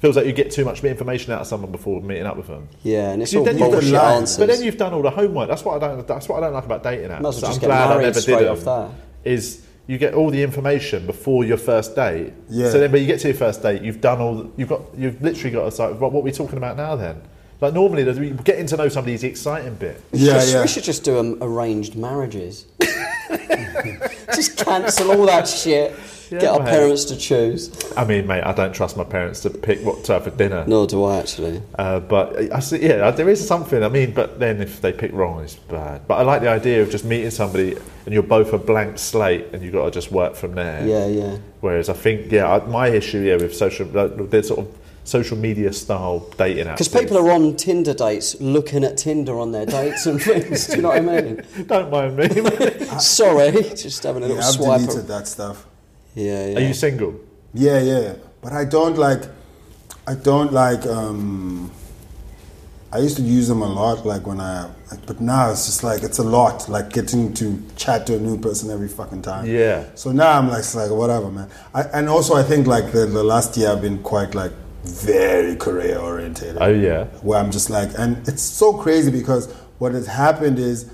A: Feels like you get too much information out of someone before meeting up with them.
D: yeah, and it's
A: You-
D: all
A: then you've
D: bullshit
C: done lies.
D: answers.
A: But then you've done all the homework. That's what I don't. That's what I don't like about dating apps.
D: Might as well
A: that
D: just
A: I'm
D: get
A: glad I
D: married
A: never
D: straight
A: did
D: off
A: them, Is you get all the information before your first date.
C: Yeah.
A: So then, when you get to your first date, you've done all. You've got. You've literally got. It's like, what, what are we talking about now? Then, like normally, there's- we- getting to know somebody is the exciting bit.
C: yeah
D: Just-
C: yeah
D: We should just do um, arranged marriages. just cancel all that shit. Get our
A: mate.
D: parents to choose.
A: I mean, mate, I don't trust my parents to pick what to have for dinner.
D: Nor do I actually.
A: Uh, but I- I see, yeah, there is something. I mean, but then if they pick wrong, it's bad. But I like the idea of just meeting somebody and you're both a blank slate and you've got to just work from there.
D: Yeah, yeah.
A: Whereas I think, yeah, I, my issue, yeah, with social, like, the sort of social media style dating apps.
D: Because people are on Tinder dates looking at Tinder on their dates and things. do you know what I mean?
A: Don't mind me.
D: Sorry, just having a little
C: yeah i've
D: swipe. at-
C: deleted that stuff
D: Yeah, yeah.
A: are you single?
C: Yeah, yeah. But I don't like, I don't like, um, I used to use them a lot, like when I, but now it's just like, it's a lot, like getting to chat to a new person every fucking time.
A: Yeah.
C: So now I'm like, it's like, whatever, man. I, and also, I think like the, the last year I've been quite like very career oriented
A: Oh yeah.
C: where I'm just like, and it's so crazy because what has happened is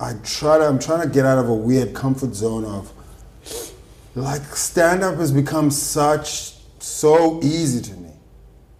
C: I try to, I'm trying to get out of a weird comfort zone of like stand up has become such so easy to me.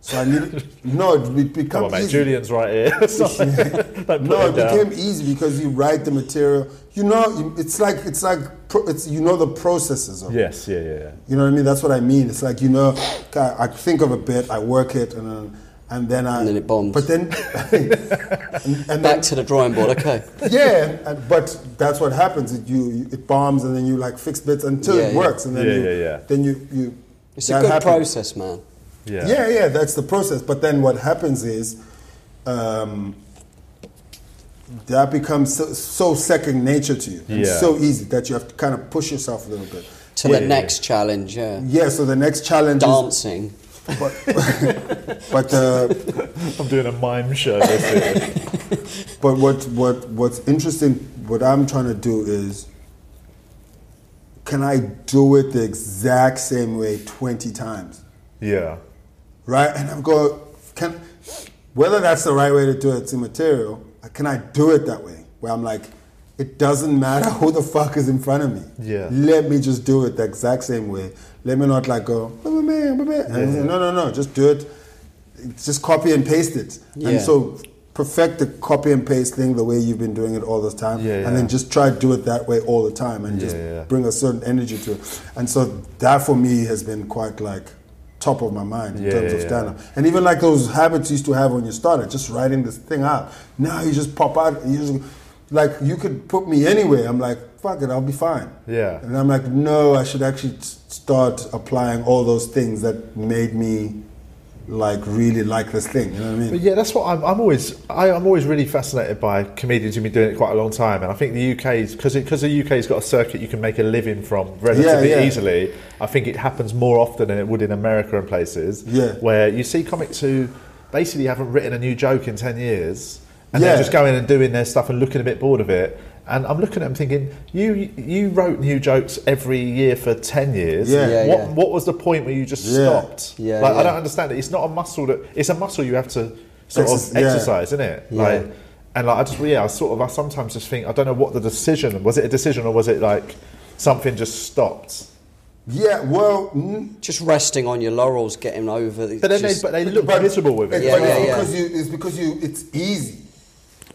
C: So I need no, it
A: Come
C: becomes
A: on, mate.
C: easy.
A: Julian's right here. Sorry. Don't put
C: No,
A: him
C: it
A: down.
C: became easy because you write the material. You know, you- it's like it's like pro, it's you know the processes of it.
A: Yes. Yeah. Yeah. yeah.
C: You know what I mean? That's what I mean. It's like you know, I, I think of a bit, I work it, and then, and then I
D: And then it bombs.
C: But then, and, and
D: Back to the drawing board, okay.
C: then, yeah, and, but that's what happens. It, you you- it bombs, and then you like fix bits until
D: Yeah,
C: it
D: yeah.
C: works, and then
A: Yeah,
C: you,
A: yeah, yeah.
C: then you you.
D: It's a
C: that
D: good
C: happens.
D: process, man.
A: Yeah.
C: Yeah, yeah, that's the process. But then what happens is um, that becomes so, so second nature to you. And
A: Yeah.
C: It's so easy that you have to kind of push yourself a little bit.
D: To
A: Yeah, Mm.
D: the
A: yeah,
D: next challenge, yeah.
C: Yeah, so the next challenge is
D: Dancing.
C: but but uh,
A: I'm doing a mime show. This year.
C: but what what what's interesting what I'm trying to do is can I do it the exact same way 20 times
A: yeah.
C: right and I'm going can whether that's the right way to do it it's immaterial can I do it that way where I'm like it doesn't matter who the fuck is in front of me
A: Yeah.
C: let me just do it the exact same way let me not like go "Oh, man, man, man," and no no no just do it just copy and paste it.
D: Yeah.
C: And so perfect the copy and paste thing the way you've been doing it all this time.
A: Yeah, yeah.
C: And then just try to do it that way all the time and just
A: Yeah, yeah.
C: bring a certain energy to it. And so that for me has been quite like top of my mind in
A: Yeah,
C: terms
A: yeah,
C: of
A: yeah.
C: stand up. And even like those habits you used to have when you started, just writing this thing out. Now you just pop out and you just like you could put me anywhere. I'm like, fuck it, I'll be fine.
A: Yeah.
C: And I'm like, no, I should actually s- start applying all those things that made me like really like this thing. You know what I
A: But
C: mean?
A: yeah, that's what I'm, I'm always. I, I'm always really fascinated by comedians who've been doing it quite a long time, and I think the UK's because because the UK's got a circuit you can make a living from relatively
C: yeah.
A: easily. I think it happens more often than it would in America and places.
C: Yeah.
A: where you see comics who basically haven't written a new joke in ten years, and they're
C: Yeah.
A: just going and doing their stuff and looking a bit bored of it. And I'm looking at them thinking, you you wrote new jokes every year for ten years.
C: Yeah.
D: Yeah,
A: what
D: yeah.
A: what was the point where you just
C: Yeah.
A: stopped?
D: Yeah,
A: like I
D: yeah.
A: don't understand it. It's not a muscle that it's a muscle you have to sort
C: Exerc-
A: of
C: yeah.
A: exercise, isn't it? Like, and like I just yeah, I sort of I sometimes just think I don't know what the decision was. It a decision or was it like something just stopped?
C: Yeah. Well. Mm,
D: Just resting on your laurels, getting over. the-
A: But then
D: just-
A: they but they look miserable with it.
C: it's-
D: Yeah,
C: but
D: yeah,
C: it's
D: yeah.
C: because you it's because you it's easy.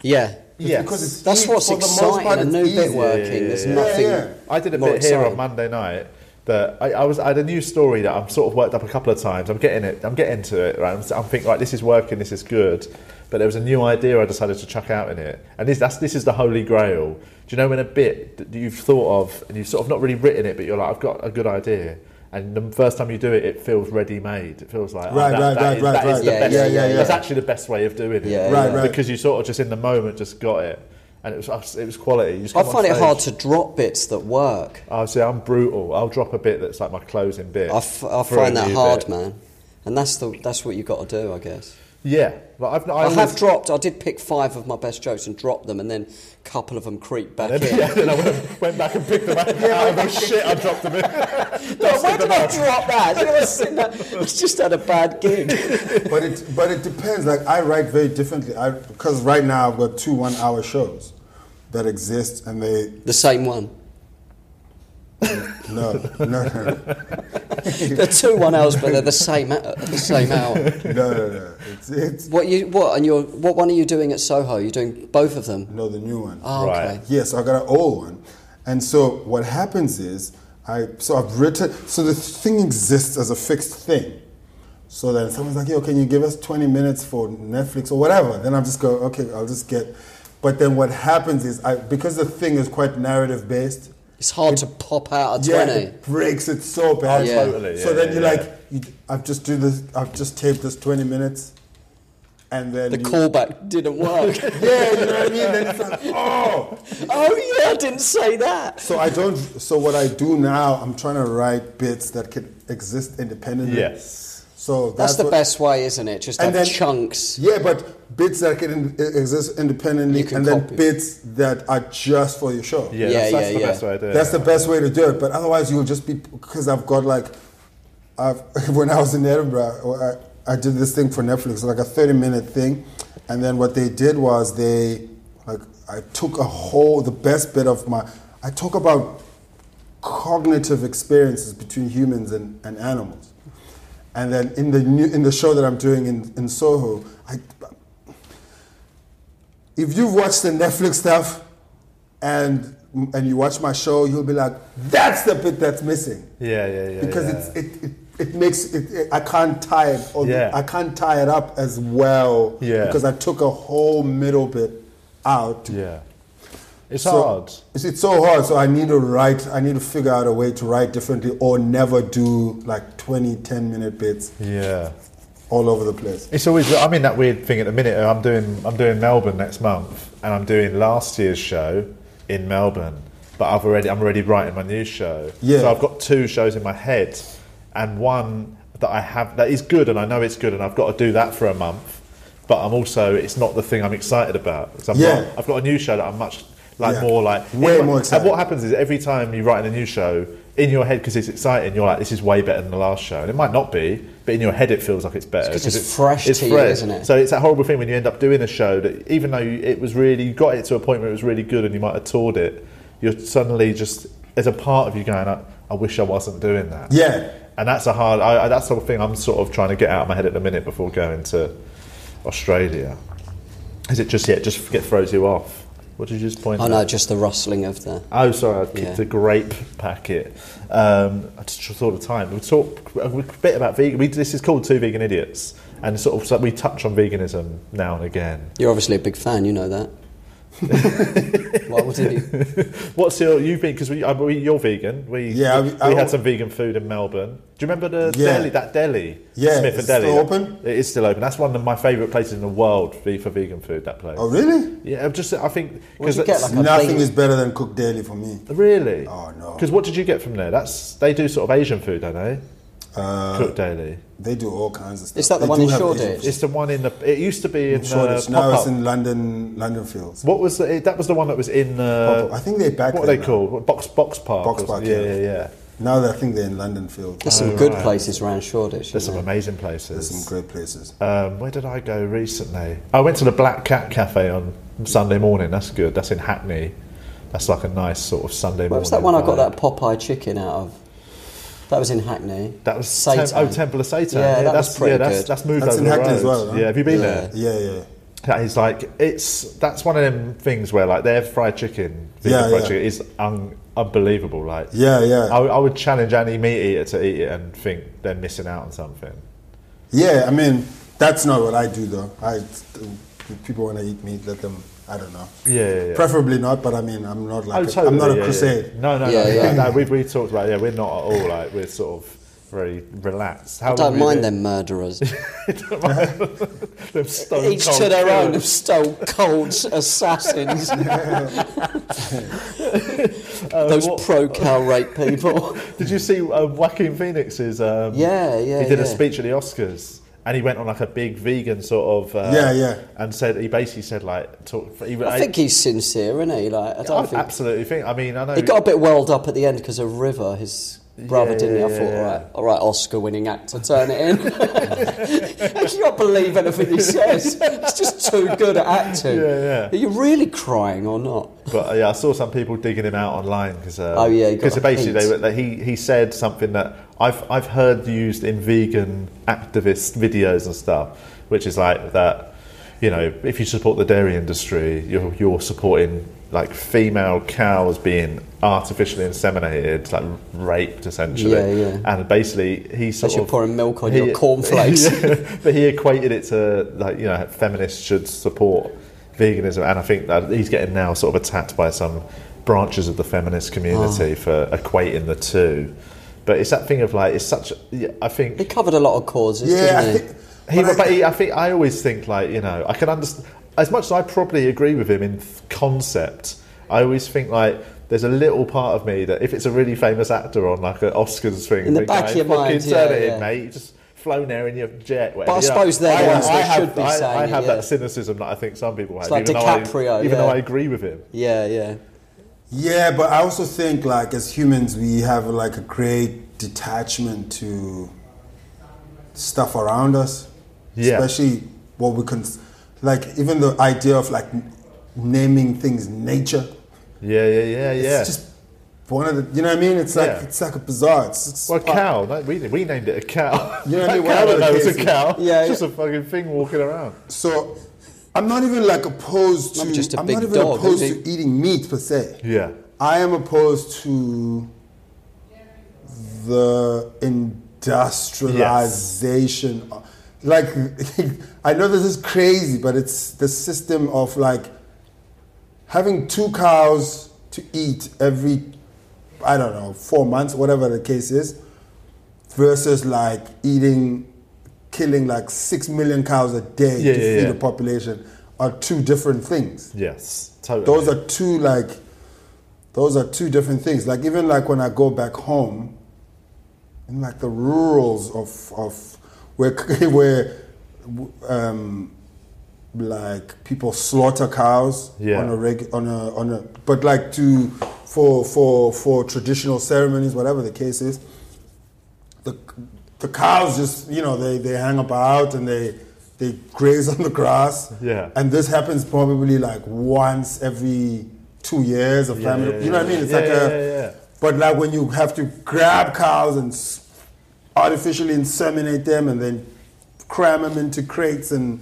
D: yeah.
C: It's
A: Yes.
C: because it's
D: That's
C: easy.
D: what's
C: For the most
D: exciting.
C: part,
D: a
C: it's
D: new
C: easy.
D: bit working. There's nothing.
C: yeah.
A: I did a
D: more
A: bit here on
D: exciting.
A: Monday night that I, I was I had a new story that I'm sort of worked up a couple of times. I'm getting it. I'm getting to it. Right. I'm, s- I'm thinking like this is working. This is good. But there was a new idea I decided to chuck out in it, and this that's this is the holy grail. Do you know when a bit that you've thought of and you've sort of not really written it, but you're like I've got a good idea. And the first time you do it, it feels ready-made. It feels like oh,
C: Right,
A: that-
C: right,
A: that
C: right,
A: is-
C: right,
A: that is
C: right.
A: the
D: Yeah,
A: best.
D: yeah, yeah, yeah.
A: That's actually the best way of doing it.
D: Yeah, Right,
C: yeah. right.
A: Because you sort of just in the moment just got it, and it was it was quality. You just
D: I
A: come on
D: find it
A: stage.
D: hard to drop bits that work.
A: I'll say I'm brutal. I'll drop a bit that's like my closing bit.
D: I, f- I
A: for a
D: find that
A: new
D: hard,
A: bit.
D: man. And that's the that's what you got to do, I guess.
A: Yeah, like I've, I
D: I,
A: always-
D: have dropped. I did pick five of my best jokes and drop them, and then a couple of them creep back in.
A: Yeah, then I went, went back and picked them out. yeah, oh shit! I dropped them in.
D: No, why did I drop that? You know, I was sitting there, It's just had a bad gig.
C: but it but it depends. Like I write very differently. I because right now I've got two one hour shows that exist and they
D: The same one.
C: no no no
D: They're two one hours, but they're the same at the same hour.
C: no no no. It's, it's
D: What you what and you're what one are you doing at Soho? You're doing both of them.
C: no the new one.
D: Oh, okay.
A: Right.
C: Yes, I got an old one. And so what happens is I so I've written so the thing exists as a fixed thing. So then someone's like, yo, can you give us 20 minutes for Netflix or whatever? Then I'm just go, okay, I'll just get but then what happens is I because the thing is quite narrative based.
D: It's hard to pop out a
C: Yeah,
D: twenty.
C: it breaks it so bad.
D: Yeah.
A: Totally,
C: So
A: yeah,
C: then
A: yeah,
C: you're
A: yeah.
C: like, you, I've just do this. I've just taped this 20 minutes, and then
D: the
C: you-
D: callback didn't work.
C: Yeah, you know what I mean. Then it's like, oh.
D: oh yeah, I didn't say that.
C: So I don't. So what I do now, I'm trying to write bits that can exist independently.
A: Yes.
C: So
D: That's, the
C: what-
D: best way, isn't it? Just have
C: And then-
D: chunks.
C: Yeah, but bits that can in- exist independently,
D: You can
C: and then
D: copy.
C: bits that are just for your show.
A: Yeah,
D: Yeah,
A: that's, that's
D: yeah,
A: the
D: yeah.
A: best way to do it.
C: That's the best way to do it. But otherwise, you'll just be because I've got like, I've, when I was in Edinburgh, or I, I did this thing for Netflix, like a thirty-minute thing, and then what they did was they like I took a whole the best bit of my I talk about cognitive experiences between humans and, and animals, and then in the new, in the show that I'm doing in in Soho, I if you've watched the Netflix stuff and and you watch my show, you'll be like, that's the bit that's missing
A: Yeah, yeah, yeah.
C: because
A: yeah.
C: it's it, it it makes it, it- I can't tie it or
A: Yeah.
C: I can't tie it up as well
A: Yeah.
C: because I took a whole middle bit out. to-
A: yeah. It's
C: so-
A: hard.
C: It's, it's so hard. So I need to write. I need to figure out a way to write differently or never do like 20, 10 minute bits
A: Yeah.
C: all over the place.
A: It's always. I'm in that weird thing at the minute. I'm doing. I'm doing Melbourne next month, and I'm doing last year's show in Melbourne. But I've already. I'm already writing my new show.
C: Yeah.
A: So I've got two shows in my head, and one that I have that is good, and I know it's good, and I've got to do that for a month. But I'm also. It's not the thing I'm excited about. So I've
C: Yeah.
A: Got, I've got a new show that I'm much like
C: Yeah.
A: more like
C: Way
A: everyone-
C: more
A: And what
C: excited.
A: happens is every time you write in a new show in your head because it's exciting, you're like, this is way better than the last show, and it might not be, but in your head it feels like it's better
D: 'cause it's fresh to you, isn't it?
A: So it's that horrible thing when you end up doing a show that even though you, it was really you got it to a point where it was really good and you might have toured it, you're suddenly just there's a part of you going, I, I wish I wasn't doing that.
C: Yeah.
A: And that's a hard. I, I, that's the thing I'm sort of trying to get out of my head at the minute before going to Australia. Is it just yeah, it just it throws you off? What did you just point?
D: Oh
A: out?
D: no, just the rustling of the.
A: Oh, sorry, I kicked
D: Yeah.
A: a grape packet. Um, I just thought of time. We talk a bit about vegan. We, this is called Two Vegan Idiots, and sort of so we touch on veganism now and again.
D: You're obviously a big fan. You know that. What would it be?
A: What's your you been because we, uh, we you're vegan. We
C: Yeah, I-
A: we,
C: I-
A: we had some vegan food in Melbourne. Do you remember the
C: Yeah.
A: deli? That deli,
C: Yeah,
A: Smith and
C: it's
A: Deli.
C: still open?
A: It is still open. That's one of my favourite places in the world for for vegan food. That place.
C: Oh, really?
A: Yeah, I'm just I think
D: What'd
A: because
D: you get, like a-
C: Nothing
D: baby.
C: is better than cooked daily for me.
A: really.
C: Oh, no.
A: Because what did you get from there? That's they do sort of Asian food, don't they? Uh, Cooked daily.
C: They do all kinds of stuff.
D: Is that the
C: They
D: one
C: do
D: in
C: have
D: Shoreditch?
C: Asian-
A: It's the one in the. It used to be in
C: Shoreditch.
A: uh,
C: now it's
A: pop
C: in London, London Fields.
A: What was the, that? Was the one that was in? Uh,
C: Pop-up. I think they're back
A: What are
C: there
A: they
C: now.
A: called? What, box Box Park.
C: Box
A: or something? Yeah,
C: Park, yeah.
A: yeah, yeah.
C: Now that I think they're in London Field.
D: There's some good places around Shoreditch.
A: Oh, There's some
D: isn't there?
A: amazing
C: There's
A: places.
C: some great places.
A: Um, where did I go recently? I went to the Black Cat Cafe on Sunday morning. That's good. That's in Hackney. That's like a nice sort of Sunday
D: Where
A: morning.
D: was that one I got
A: vibe.
D: that Popeye chicken out of? That was in Hackney.
A: That was
D: Satan.
A: Tem- oh Temple of Satan.
D: Yeah, that
A: that's
D: was pretty
A: yeah, that's,
D: good.
A: that's moved
C: That's
A: over
C: in
A: the
C: Hackney
A: road.
C: as well, huh?
A: Yeah, have you been there?
C: Yeah, yeah.
A: That is like it's that's one of them things where like their fried chicken, vegan
C: Yeah,
A: fried
C: yeah.
A: chicken is un- unbelievable. Like
C: Yeah, yeah.
A: I, I would challenge any meat eater to eat it and think they're missing out on something.
C: Yeah, I mean, that's not what I do though. I, if people want to eat meat, let them. I don't know.
A: Yeah, yeah, yeah.
C: Preferably not, but I mean, I'm not like
A: Oh,
C: a,
A: totally.
C: I'm not
A: yeah,
C: a
A: yeah.
C: crusade.
A: No, no,
D: Yeah,
A: no.
D: yeah.
A: no we, we talked about yeah. We're not at all like we're sort of very relaxed. How
D: I don't
A: would we
D: mind
A: be?
D: them murderers.
A: Them stone
D: Each to
A: Oh, cold
D: their own of
A: killers.
D: stone cold assassins. Those
A: Uh, what-
D: pro cow rape people.
A: Did you see uh, Joaquin Phoenix's? Um,
D: Yeah, yeah,
A: He did a
D: yeah.
A: speech at the Oscars, and he went on like a big vegan sort of. Uh,
C: Yeah, yeah.
A: And said he basically said like talk. He,
D: I think he's sincere, isn't he? Like, I don't
A: I
D: think
A: absolutely think. I mean, I know
D: he got a bit welled up at the end because of River, his brother,
A: Yeah,
D: didn't he? I
A: yeah,
D: thought,
A: yeah.
D: all right, all right, Oscar-winning actor, turn it in. I can't believe anything he says. He's just too good at acting.
A: Yeah, yeah.
D: Are you really crying or not?
A: But uh, yeah, I saw some people digging him out online because uh,
D: Oh, yeah, he got
A: because
D: the
A: basically they
D: heat.
A: were, that he he said something that I've I've heard used in vegan activist videos and stuff, which is like that you know if you support the dairy industry, you're you're supporting like female cows being artificially inseminated, like raped essentially,
D: Yeah, yeah.
A: and basically he sort
D: As you're
A: of-
D: pouring milk on your
A: Oh. he-
D: cornflakes.
A: Yeah, but he equated it to like you know feminists should support veganism, and I think that he's getting now sort of attacked by some branches of the feminist
D: Oh.
A: community for equating the two. But it's that thing of like it's such. yeah, I
D: He
A: think
D: covered a lot of causes,
C: Yeah, I
D: didn't he?
C: think,
A: he,
C: but
A: but,
C: I-
A: he, I think I always think like you know I can understand as much as I probably agree with him in th- concept. I always think like. There's a little part of me that if it's a really famous actor on like an Oscars thing,
D: In the
A: think,
D: back of
A: "Hey,
D: your
A: fucking
D: mind,
A: turn
D: yeah,
A: it in,
D: yeah.
A: mate. You just flown there in your jet. Whatever. you
D: I
A: know.
D: suppose they're the
A: I-
D: ones
A: I
D: that
A: have-
D: should be
A: I,
D: saying
A: I
D: it,
A: have
D: yeah.
A: that cynicism that I think some people have,
D: like
A: even, though, I,
D: DiCaprio,
A: even though
D: yeah.
A: I agree with him.
D: Yeah, yeah.
C: Yeah, but I also think like as humans we have like a great detachment to stuff around us.
A: Yeah.
C: Especially what we can like even the idea of like n- naming things nature.
A: Yeah, yeah, yeah, yeah.
C: It's just one of the you know what I mean? It's like
A: Yeah.
C: it's like a bizarre it's, it's
A: well, a cow. No, we, we named it a cow.
C: You know what I
A: that
C: mean?
A: cow
C: Whatever
A: that
C: the
A: knows a
C: case is.
A: cow.
D: Yeah,
A: just a fucking thing walking around.
C: so I'm not even like opposed to
D: I'm just a
C: I'm
D: big
C: not even
D: dog,
C: opposed
D: isn't
C: to eating meat per se.
A: Yeah,
C: I am opposed to the industrialization. Like, I know this is crazy, but it's the system of like having two cows to eat every, I don't know, four months, whatever the case is, versus like eating, killing like six million cows a day
A: Yeah,
C: to
A: yeah,
C: feed
A: yeah.
C: a population are two different things
A: yes, totally.
C: those are two like those are two different things like even like when i go back home in like the rurals of of where where um like people slaughter cows
A: Yeah.
C: on a reg on a on a but like to for for for traditional ceremonies whatever the case is the the cows just you know they they hang about and they they graze on the grass
A: Yeah.
C: and this happens probably like once every two years a family
A: yeah,
C: you know what i mean
A: yeah.
C: it's
A: Yeah,
C: like
A: yeah,
C: a
A: yeah, yeah.
C: but like when you have to grab cows and s- artificially inseminate them and then cram them into crates and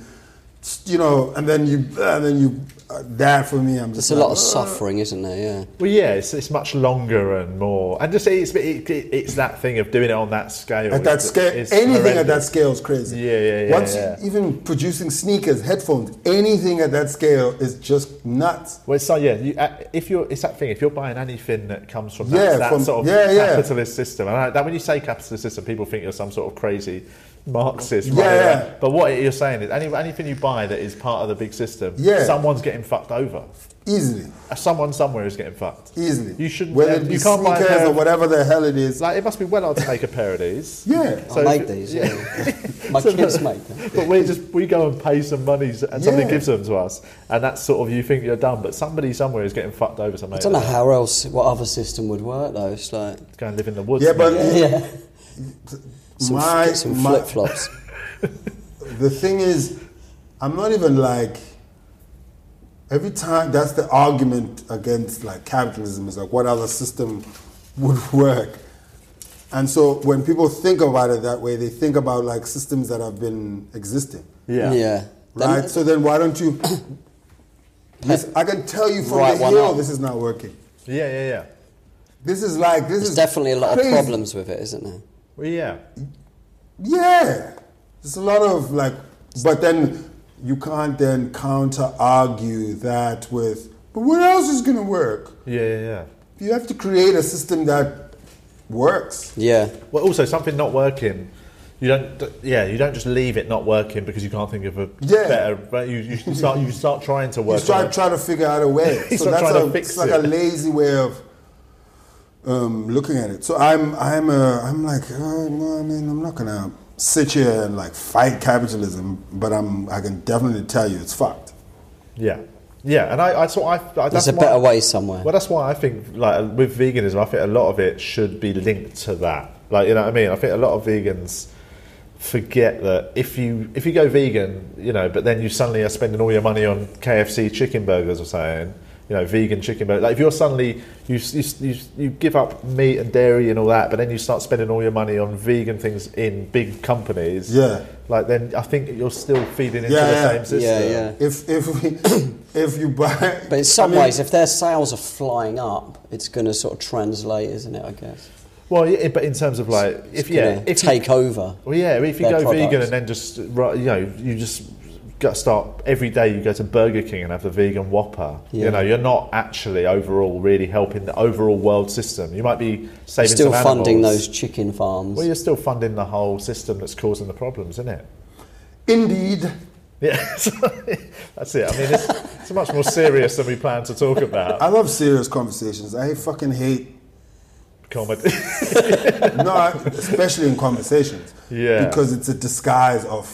C: you know and then you and then you uh, uh, that for me, I'm
D: There's
C: just
D: a
C: like,
D: lot of
C: "Ugh."
D: suffering, isn't there? Yeah.
A: Well, yeah, it's, it's much longer and more, and just it's it, it, it's that thing of doing it on that scale.
C: At that
A: is-
C: scale,
A: is
C: anything at that
A: horrendous.
C: scale is crazy.
A: Yeah, yeah, yeah,
C: Once you-
A: yeah.
C: even producing sneakers, headphones, anything at that scale is just nuts.
A: Well, so yeah, you, uh, if you're it's that thing. If you're buying anything that comes from that,
C: Yeah,
A: that
C: from-
A: sort of
C: yeah, yeah.
A: capitalist system, and I, that when you say capitalist system, people think you're some sort of crazy Marxist.
C: Yeah,
A: right?
C: yeah.
A: But what you're saying is, any, anything you buy that is part of the big system,
C: Yeah.
A: someone's getting fucked over.
C: Easily,
A: Someone somewhere is getting fucked.
C: easily.
A: You shouldn't.
C: Whether
A: uh,
C: it be
A: you can't buy a
C: sneakers
A: pair
C: or
A: of-
C: whatever the hell it is.
A: Like it must be well hard to make a pair of these.
C: yeah.
D: I
A: So
D: make
A: if-
D: these.
A: yeah.
D: Yeah. My
A: So
D: kids
A: that-
D: make them.
A: But we just we go and pay some money, s- and somebody
C: Yeah.
A: gives them to us, and that's sort of you think you're done, but somebody somewhere is getting fucked over. Somehow
D: I don't know how else, what other system would work though. It's like,
A: Go and live in the woods.
C: Yeah, but
D: yeah, some,
C: my,
D: get some
C: my-
D: flip flops.
C: the thing is, I'm not even like. Every time, that's the argument against like capitalism is like, what other system would work? And so when people think about it that way, they think about like systems that have been existing,
D: yeah. Then-
C: right? so then why don't you? This- I can tell you from
D: Right
C: the
D: one
C: hill,
D: up.
C: this is not working.
A: yeah, yeah, yeah.
C: This is like this
D: There's
C: is
D: definitely a lot
C: crazy.
D: of problems with it, isn't there?
A: Well, yeah.
C: Yeah, there's a lot of like, but then you can't then counter argue that with, but what else is going to work?
A: yeah, yeah, yeah.
C: You have to create a system that works.
D: Yeah.
A: Well, also something not working. You don't, d- yeah. You don't just leave it not working because you can't think of a
C: Yeah.
A: better. But you, you should start, you start trying to
C: You
A: work. on
C: start
A: it.
C: trying to figure out a way.
A: You
C: so
A: start
C: that's
A: uh, trying
C: a,
A: to fix
C: it's like
A: it.
C: a lazy way of um, looking at it. So I'm, I'm, a, I'm like, oh, no, I mean, I'm not gonna sit here and like fight capitalism, but I'm, I can definitely tell you it's fucked.
A: Yeah, yeah, and I, I sort of, I, I-
D: There's
A: that's
D: a
A: why-
D: better way somewhere.
A: Well, that's why I think, like, with veganism, I think a lot of it should be linked to that. Like, you know what I mean? I think a lot of vegans forget that if you if you go vegan, you know, but then you suddenly are spending all your money on KFC chicken burgers or something, you know, vegan chicken burger. Like, if you're suddenly you s- you, s- you s- you give up meat and dairy and all that, but then you start spending all your money on vegan things in big companies,
C: Yeah.
A: Like, then I think you're still feeding into
C: Yeah,
A: the
C: yeah.
A: same system.
D: yeah, yeah.
C: If if we, if you buy,
D: But in some
C: I mean,
D: ways, if their sales are flying up, it's going to sort of translate, isn't it? I guess.
A: Well, yeah, but in terms of like, if
D: It's
A: yeah,
D: gonna
A: if you
D: take over.
A: Well, yeah, if you
D: their
A: go vegan
D: products.
A: and then just right, you know, you just got to start every day. You go to Burger King and have the vegan Whopper. You
D: Yeah.
A: know, you're not actually overall really helping the overall world system. You might be saving
D: Still
A: some
D: funding
A: animals.
D: those chicken farms.
A: Well, you're still funding the whole system that's causing the problems, isn't it?
C: indeed,
A: Yeah, so- that's it. I mean, it's, it's much more serious than we planned to talk about.
C: I love serious conversations. I fucking hate
A: Comedy.
C: no, I- especially in conversations.
A: Yeah.
C: because it's a disguise of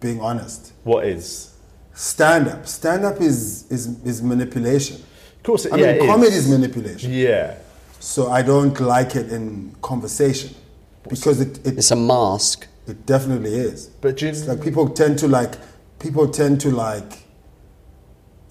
C: being honest.
A: what is?
C: Stand up, stand up is is is manipulation.
A: Of course, it,
C: I
A: yeah,
C: mean,
A: it
C: comedy is manipulation.
A: Yeah.
C: So I don't like it in conversation because it it,
D: it's a mask.
C: it definitely is.
A: But do you,
C: It's like people tend to like people tend to like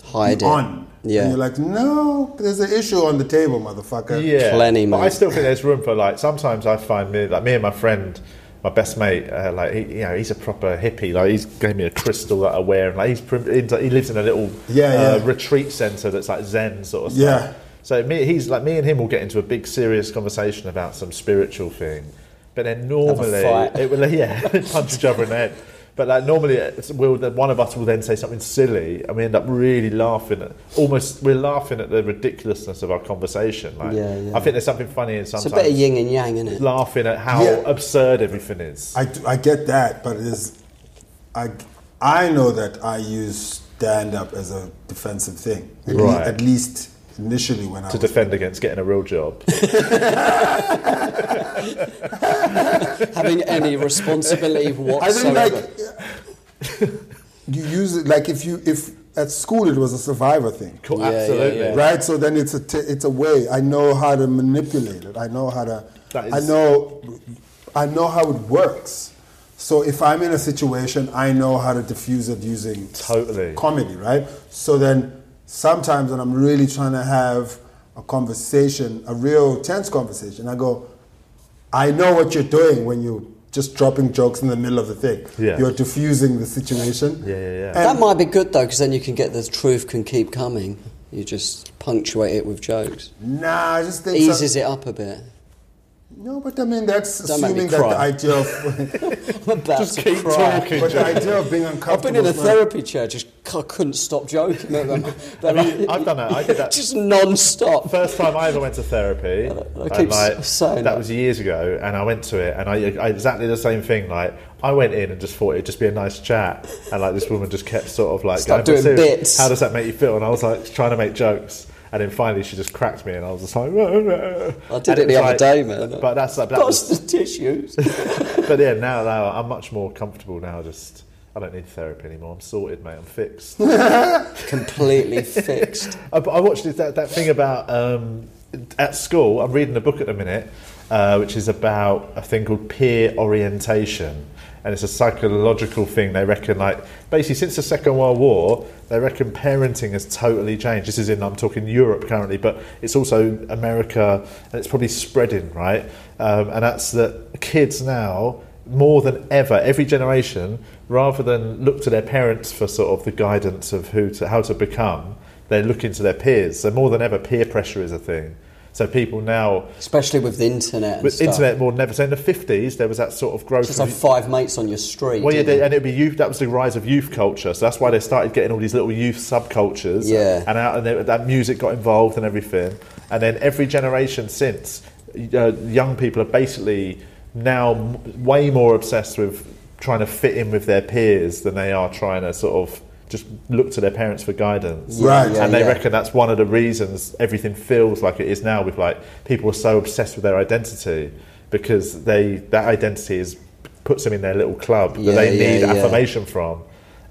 D: Hide it.
C: on.
D: Yeah.
C: And you're like, no, there's an issue on the table, motherfucker.
A: Yeah,
D: Plenty,
A: But I
D: mate.
A: still think there's room for like. Sometimes I find me like me and my friend, my best mate, uh, like he, you know, he's a proper hippie. Like he's gave me a crystal that I wear, and like he's prim- into, he lives in a little
C: Yeah,
A: uh,
C: yeah.
A: retreat center that's like Zen sort of
C: Yeah.
A: stuff. So me, he's like me and him will get into a big serious conversation about some spiritual thing, but then normally
D: fight.
A: it will yeah punch each other in the head. But like normally, uh, it's, we'll, then one of us will then say something silly, and we end up really laughing at almost we're laughing at the ridiculousness of our conversation. Like,
D: Yeah, yeah.
A: I think there's something funny in
D: It's a
A: sometimes
D: bit of yin and yang, isn't it?
A: laughing at how
C: Yeah.
A: absurd everything is.
C: I, do- I get that, but it is, I, I know that I use stand up as a defensive thing. At, le-
A: Right.
C: at least initially when I
A: to
C: was.
A: defend against getting a real job.
D: Having any responsibility
C: I think
D: whatsoever.
C: like you use it like if you if at school it was a survivor thing.
A: Cool,
D: Yeah, yeah,
A: Absolutely.
D: yeah.
C: Right, so then it's a t- it's a way. I know how to manipulate it. I know how to.
A: That is-
C: I know, I know how it works. So if I'm in a situation, I know how to diffuse it using s-
A: Totally.
C: comedy, right? So then sometimes when I'm really trying to have a conversation, a real tense conversation, I go, I know what you're doing when you just dropping jokes in the middle of the thing.
A: Yeah.
C: You're diffusing the situation.
A: Yeah, yeah, yeah.
D: that might be good though, because then you can get the truth can keep coming. You just punctuate it with jokes,
C: Nah, I just think so-
D: eases it up a bit.
C: No, but I mean that's
D: Don't make me
C: assuming that the
D: cry.
C: idea of
D: I'm about
A: Just
D: to
A: keep
D: cry.
A: talking.
C: but the idea of being uncomfortable.
D: I've been in a
C: is not-
D: therapy chair, just I couldn't stop joking. at them. They're
A: I mean,
D: like-
A: I've done that. I did that.
D: just non-stop.
A: First time I ever went to therapy,
D: I
A: and,
D: keep
A: like,
D: s- saying
A: that
D: that.
A: was years ago, and I went to it, and I, I exactly the same thing. Like I went in and just thought it'd just be a nice chat, and like this woman just kept sort of like
D: Start
A: going, "But
D: doing
A: seriously,
D: bits."
A: How does that make you feel? And I was like trying to make jokes, and then finally she just cracked me, and I was just like,
D: I
A: I
D: did it the other day, man.
A: But that's like, that
D: Got
A: was,
D: us the tissues.
A: but yeah, now now I'm much more comfortable now. Just I don't need therapy anymore. I'm sorted, mate. I'm fixed.
D: Completely fixed.
A: I, I watched this, that, that thing about um, at school. I'm reading a book at the minute, uh, which is about a thing called peer orientation, and it's a psychological thing. They reckon, like, basically, since the Second World War, they reckon parenting has totally changed. This is in I'm talking Europe currently, but it's also America, and it's probably spreading right. Um, and that's that kids now more than ever, every generation, rather than look to their parents for sort of the guidance of who to, how to become, they're looking to their peers. So more than ever, peer pressure is a thing. So people now,
D: Especially with the internet. And
A: with
D: stuff.
A: internet more than ever. So in the fifties, there was that sort of growth.
D: Just
A: of-
D: have five mates on your street.
A: well, yeah,
D: didn't
A: they,
D: you?
A: and it'd be youth. That was the rise of youth culture. So that's why they started getting all these little youth subcultures.
D: Yeah.
A: And out, and they, that music got involved and everything. And then every generation since, uh, young people are basically now m- way more obsessed with trying to fit in with their peers than they are trying to sort of just look to their parents for guidance.
C: Right. yeah,
A: and they
D: yeah.
A: reckon that's one of the reasons everything feels like it is now with like people are so obsessed with their identity because they that identity is puts them in their little club that
D: Yeah,
A: they
D: yeah,
A: need
D: yeah.
A: affirmation from.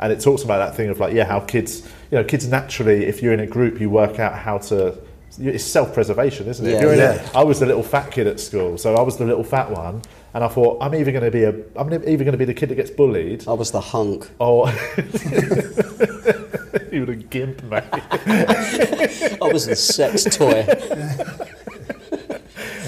A: And it talks about that thing of like, yeah, how kids, you know, kids naturally, if you're in a group, you work out how to. It's self-preservation, isn't it?
D: Yeah,
A: If you're in
C: yeah.
A: a, I was the little fat kid at school, so I was the little fat one, and I thought I'm either going to be a, I'm either going to be the kid that gets bullied,
D: I was the hunk.
A: or you were a gimp, mate.
D: I was the sex toy.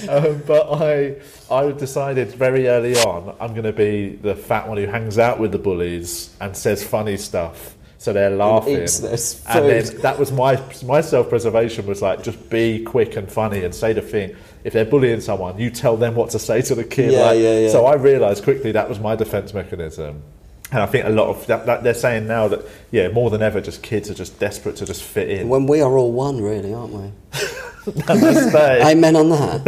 A: Um, but I, I decided very early on, I'm going to be the fat one who hangs out with the bullies and says funny stuff, so they're laughing.
D: eats their s-
A: And then
D: food.
A: that was my my self preservation was like just be quick and funny and say the thing. If they're bullying someone, you tell them what to say to the kid.
D: Yeah,
A: like-
D: yeah, yeah.
A: So I realised quickly that was my defence mechanism. And I think a lot of that, that they're saying now that yeah, more than ever, just kids are just desperate to just fit in.
D: When we are all one, really, aren't we?
A: But-
D: Amen on that.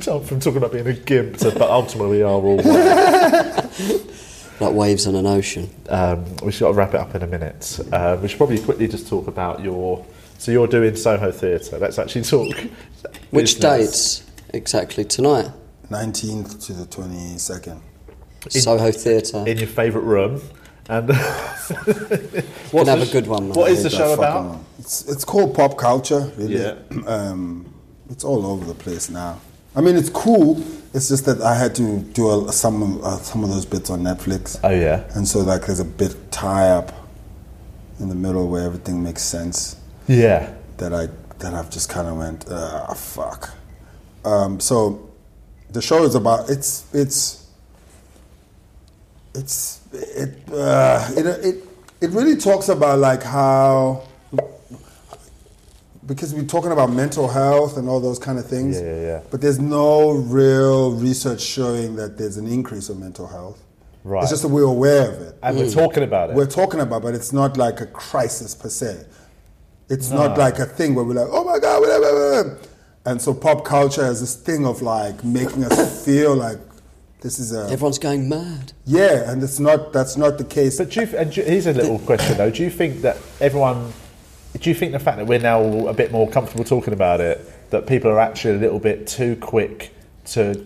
A: jump from talking about being a gimp to, but ultimately we are all one.
D: Like waves on an ocean.
A: Um, we've got to wrap it up in a minute. Uh, we should probably quickly just talk about your. So you're doing Soho Theatre. Let's actually talk.
D: Which
A: business.
D: dates exactly tonight?
C: 19th to the 22nd.
D: Soho Theatre.
A: In your favourite room. And
D: Can have
A: the
D: a good one, man.
A: What is
C: Hate
A: the
C: that
A: show
C: fucking
A: about?
C: one. It's, it's called pop culture, really.
A: Yeah.
C: Um, it's all over the place now. I mean, it's cool. It's just that I had to do a, some of uh, some of those bits on Netflix.
A: Oh, yeah.
C: And so like there's a bit tie up in the middle where everything makes sense
A: Yeah.
C: that I that I've just kind of went ah fuck. Um, so the show is about it's it's it's it, uh, it it it really talks about like how because we're talking about mental health and all those kind of things.
A: Yeah, yeah, yeah.
C: But there's no real research showing that there's an increase of mental health.
A: Right.
C: It's just that we're aware of it
A: And we're
D: Hmm.
A: talking about it.
C: we're talking about, but it's not like a crisis per se. It's not like a thing where we're like, oh my God, blah, blah, blah, blah." And so pop culture is this thing of like making us feel like this is a.
D: Everyone's going mad.
C: Yeah, and it's not, that's not the case.
A: But do you, and do, here's a little question though. Do you think that everyone, do you think the fact that we're now all a bit more comfortable talking about it, that people are actually a little bit too quick to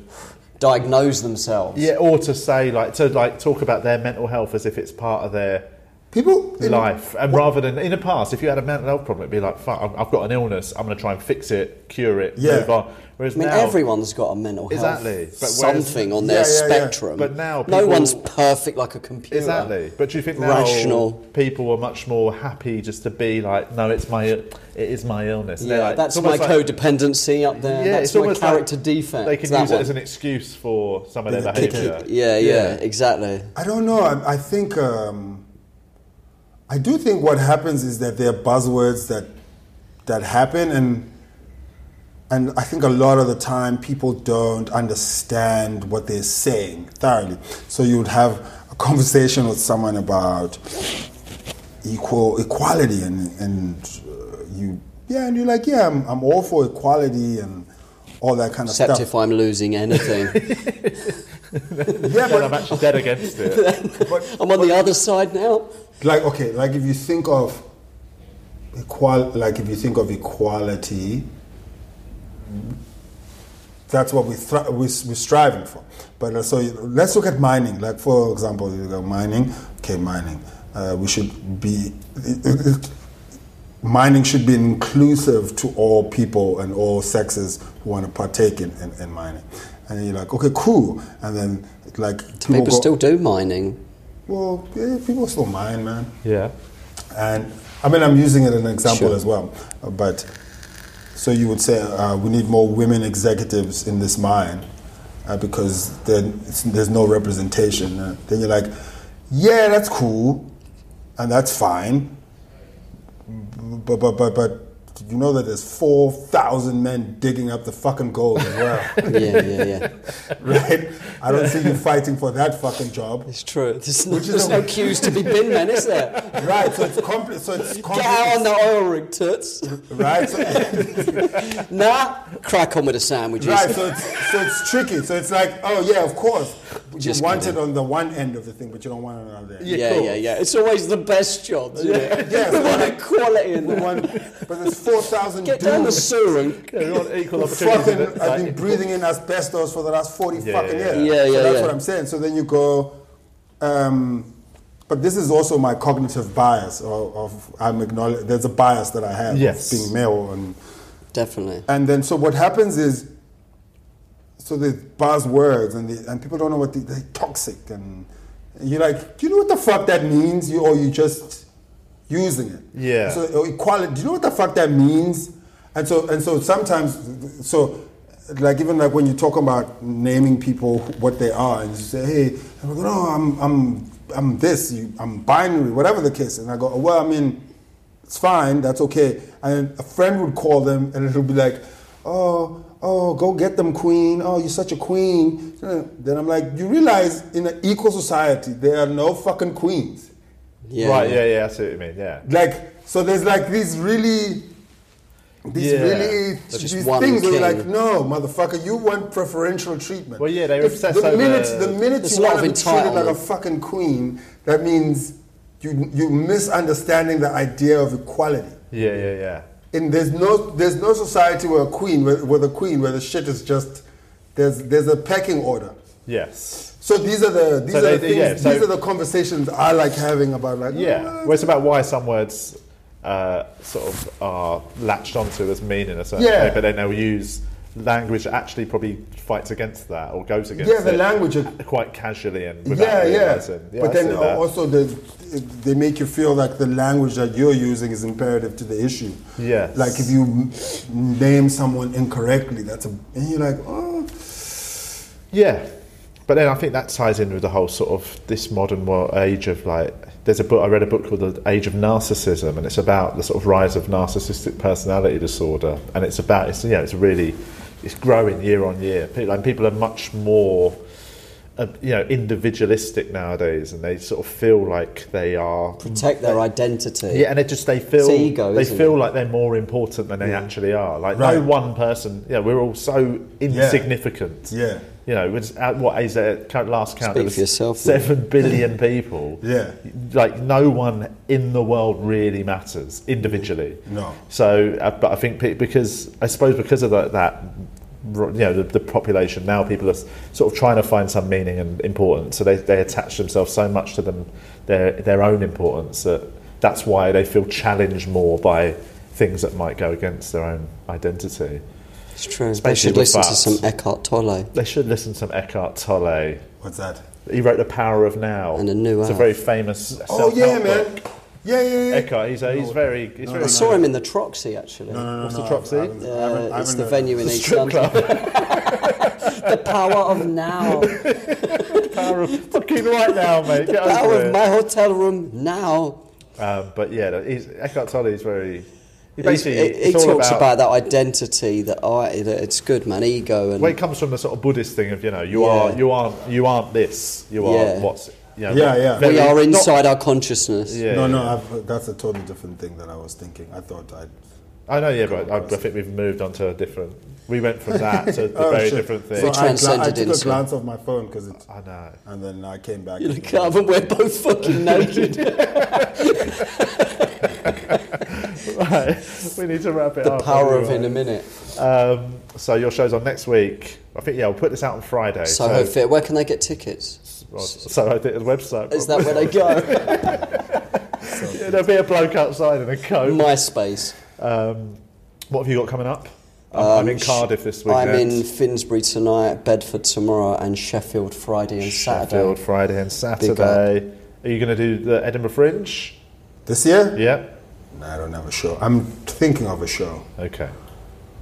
D: Diagnose themselves.
A: Yeah, or to say like to like talk about their mental health as if it's part of their
C: People in-
A: life. And rather than in the past, if you had a mental health problem, it'd be like, fuck, I've- I've got an illness. I'm going to try and fix it, cure it,
C: Yeah.
A: move on. Whereas
D: I mean,
A: now,
D: everyone's got a mental health
A: Exactly. But whereas-
D: something on
C: Yeah,
D: their
C: yeah, yeah.
D: spectrum.
A: But now
D: no
A: people-
D: one's perfect like a computer.
A: Exactly. But do you think now
D: Rational.
A: people are much more happy just to be like, no, it's my, it is my illness.
D: Yeah,
A: They're like-
D: that's
A: it's
D: my
A: almost like-
D: codependency up there.
A: Yeah,
D: that's
A: it's
D: my
A: almost like
D: character defect.
A: They can
D: that
A: use
D: one.
A: it as an excuse for some of their
C: They can kick
A: behaviour.
D: yeah, yeah, exactly.
C: I don't know. I, I think um, I do think what happens is that there are buzzwords that that happen, and and I think a lot of the time people don't understand what they're saying thoroughly. So you would have a conversation with someone about equal equality, and and uh, you yeah, and you're like yeah, I'm, I'm all for equality and all that kind of
D: Except
C: stuff.
D: if I'm losing anything.
C: yeah,
A: Then I'm actually dead against it.
D: I'm on the other side now.
C: like okay like if you think of equal like if you think of equality that's what we thri- we we're striving for but uh, so you- let's look at mining like for example you go mining okay mining uh, we should be mining should be inclusive to all people and all sexes who want to partake in, in, in mining and you're like okay cool and then like
D: People
C: go-
D: still do mining.
C: well yeah, people still mine man
A: yeah.
C: and I mean, I'm using it as an example
D: Sure.
C: as well. uh, But so you would say uh, we need more women executives in this mine uh, because then it's, there's no representation. Uh, then you're like, yeah, that's cool, and that's fine. But but but but did you know that there's four thousand men digging up the fucking gold as well,
D: Yeah, yeah, yeah.
C: right? I don't see you fighting for that fucking job,
D: It's true. There's no,
C: is
D: there's
C: a-
D: no cues to be bin then, is there?
C: right? So it's compli- So it's
D: Get out on
C: compli-
D: the oil rig, toots.
C: right? So-
D: Nah, crack on with the sandwiches.
C: Right, so it's, so it's tricky. So it's like, oh yeah, of course. You
D: Just
C: want
D: kidding.
C: it on the one end of the thing, but you don't want it on the other. end.
D: yeah, yeah, yeah. It's always the best jobs. Yeah,
C: yeah,
D: we
C: so
D: want
C: like-
D: equality in
C: We
D: there.
C: want, but there's four thousand
D: Get down the
C: dudes
D: sewer and
A: We want equal opportunities.
C: fucking.
A: isn't it?
C: I've
A: Like-
C: been breathing in asbestos for the last forty
A: Yeah,
C: fucking
A: yeah,
C: years.
D: yeah. Yeah,
C: So
D: yeah,
C: that's
D: yeah.
C: what I'm saying. So then you go, um, but this is also my cognitive bias of, of I'm acknowledge. There's a bias that I have of
A: Yes.
C: being male and.
D: definitely.
C: And then, so what happens is, so the buzzwords and the, and people don't know what the, they're toxic and you're like, do you know what the fuck that means? You or you just using it.
A: Yeah.
C: So or equality. Do you know what the fuck that means? And so and so sometimes so like even like when you talk about naming people what they are and you say hey and we go no I'm I'm I'm this you, I'm binary whatever the case and I go "Oh, well I mean it's fine that's okay and a friend would call them and it'll be like oh oh go get them queen oh you're such a queen then I'm like you realize in an equal society there are no fucking queens
D: Yeah.
A: Right, yeah, yeah, I see what you mean, yeah.
C: like so there's like these really these
A: Yeah.
C: really
D: There's just
C: these
D: one
C: things where you're
D: king.
C: like no motherfucker you want preferential treatment
A: Well, yeah, they were
C: If
A: obsessed
C: the
A: over-
C: minute the minute
D: There's
C: you
D: a lot
C: want to
D: of
C: be treated like a
D: entitlement.
C: fucking queen that means you you misunderstanding the idea of equality
A: Yeah, yeah, yeah.
C: and there's no there's no society where a queen where, where the queen where the shit is just there's there's a pecking order
A: Yes.
C: so these are the these
A: So
C: are
A: they-
C: the things
A: yeah, so-
C: these are the conversations I like having about like uh,
A: Yeah. Well, it's about why some words uh, sort of are latched onto as mean in a certain
C: Yeah.
A: way, but then they'll use language that actually probably fights against that or goes against
C: Yeah, the
A: it
C: language of-
A: quite casually and without
C: yeah, yeah.
A: realising.
C: But
A: I see
C: then
A: that.
C: also the, they make you feel like the language that you're using is imperative to the issue.
A: Yes.
C: Like if you m- name someone incorrectly, that's a and you're like, oh,
A: Yeah, but then I think that ties in with the whole sort of this modern world age of like. There's a book I read a book called The Age of Narcissism, and it's about the sort of rise of narcissistic personality disorder, and it's about it's you know it's really it's growing year on year. People and people are much more. Uh, you know, individualistic nowadays, and they sort of feel like they are
D: Protect their identity.
A: yeah, and it just they feel
D: It's ego,
A: they
D: isn't
A: feel
D: it?
A: like they're more important than they actually are. Like
C: Right.
A: no one person. Yeah, we're all so insignificant.
C: Yeah.
A: You know, it's at what is it? Count- Last count,
D: Speak
A: it was
D: for yourself, mate.
A: seven billion people.
C: Yeah.
A: like no one in the world really matters individually.
C: No.
A: So, uh, but I think pe- because I suppose because of that, that ro- you know the, the population now people are s- sort of trying to find some meaning and importance so they, they attach themselves so much to them their their own importance that that's why they feel challenged more by things that might go against their own identity
D: It's true. They
A: Especially
D: should
A: with
D: listen to
A: bats.
D: some Eckhart Tolle.
A: they should listen to some Eckhart Tolle
C: What's that?
A: he wrote The Power of Now
D: And A New
A: it's a
D: Earth.
A: very famous
C: Oh
A: self-help
C: yeah,
A: book.
C: man. Yeah, yeah, yeah.
A: Eckhart he's, a, he's very he's very Um,
D: I saw him in the Troxy actually.
A: what's the
C: No,
A: Troxy
C: I haven't- I
D: Uh,
C: haven't- I
D: it's
C: haven't
D: the
C: heard-
D: venue in East London. the power of now.
A: power of fucking right now, mate. Get
D: Power
A: over
D: of
A: it.
D: my hotel room now.
A: um, but yeah, he's, Eckhart Tolle is very. He
D: He's-
A: basically,
D: He, he
A: it's all
D: talks
A: about,
D: about, that identity, that I, it's good, man, ego and
A: Well, it comes from the sort of Buddhist thing of you know you
D: Yeah.
A: are you aren't you aren't this you are
D: Yeah.
A: what's you know,
C: Yeah, yeah.
D: we
A: very-
D: are
A: not-
D: inside our consciousness.
A: yeah,
C: no,
A: yeah.
C: no, I've, that's a totally different thing that I was thinking. I thought I'd.
A: I know, yeah, but I, I think we've moved on to a different. We went from that to the
C: Oh,
A: very
C: shit.
A: different thing.
C: So I gla-
D: transcended
C: I, took
D: into-
C: a glance of my phone because it.
A: I know.
C: And then I came back.
D: You look up and we're both fucking naked.
A: Oh, Right, we need to wrap it
D: the
A: up.
D: power of
A: anyway.
D: in a minute.
A: Um, so your show's on next week. I think yeah, we'll put this out on Friday.
D: Soho Fit, where can they get tickets?
A: well, so I think the website.
D: Is that where they go?
A: Yeah, there'll be a bloke outside in a coat.
D: MySpace.
A: Um, what have you got coming up? I'm, I'm in
D: Um,
A: Cardiff this
D: I'm
A: weekend.
D: in Finsbury tonight, Bedford tomorrow, and Sheffield Friday and Saturday.
A: Sheffield Friday and Saturday. Are you going to do the Edinburgh Fringe?
C: This year?
A: Yep.
C: No, I don't have a show. I'm thinking of a show.
A: Okay.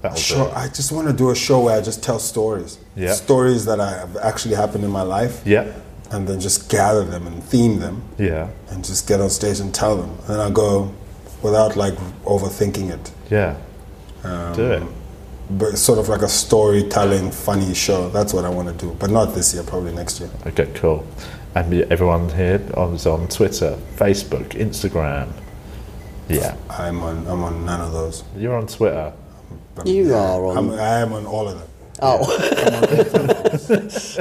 A: That'll
C: Sure, I just want to do a show where I just tell stories.
A: Yeah.
C: Stories that I have actually happened in my life.
A: do. Yep.
C: And then just gather them and theme them
A: Yeah.
C: and just get on stage and tell them. And then I'll go without like overthinking it.
A: Yeah. do it.
C: But it's sort of like a storytelling funny show. That's what I want to do. But not this year, probably next year.
A: Okay, cool. And y- everyone here is on Twitter, Facebook, Instagram. Yeah.
C: I'm on I'm on none of those.
A: You're on Twitter.
C: But
D: You are on-
C: I'm, I am on all of them.
D: Oh,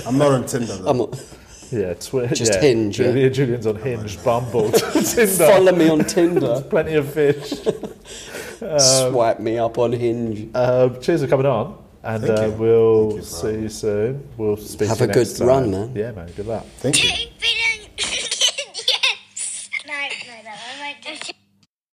C: I'm not on Tinder though.
D: I'm on-
A: Yeah, Twitter.
D: Just
A: yeah.
D: Hinge, yeah.
A: Julian, Julian's on Hinge, Bumble, Tinder.
D: follow me on Tinder.
A: Plenty of fish. Um,
D: Swipe me up on Hinge.
A: Uh, cheers for coming on, and
C: Thank
A: uh,
C: you.
A: we'll
C: Thank you, bro.
A: see you soon. We'll speak.
D: Have
A: to you
D: a good
A: next time.
D: run, man.
A: Yeah, man. Good luck.
C: Thank you.
B: Two billion idiots. No, no, no, I won't do it.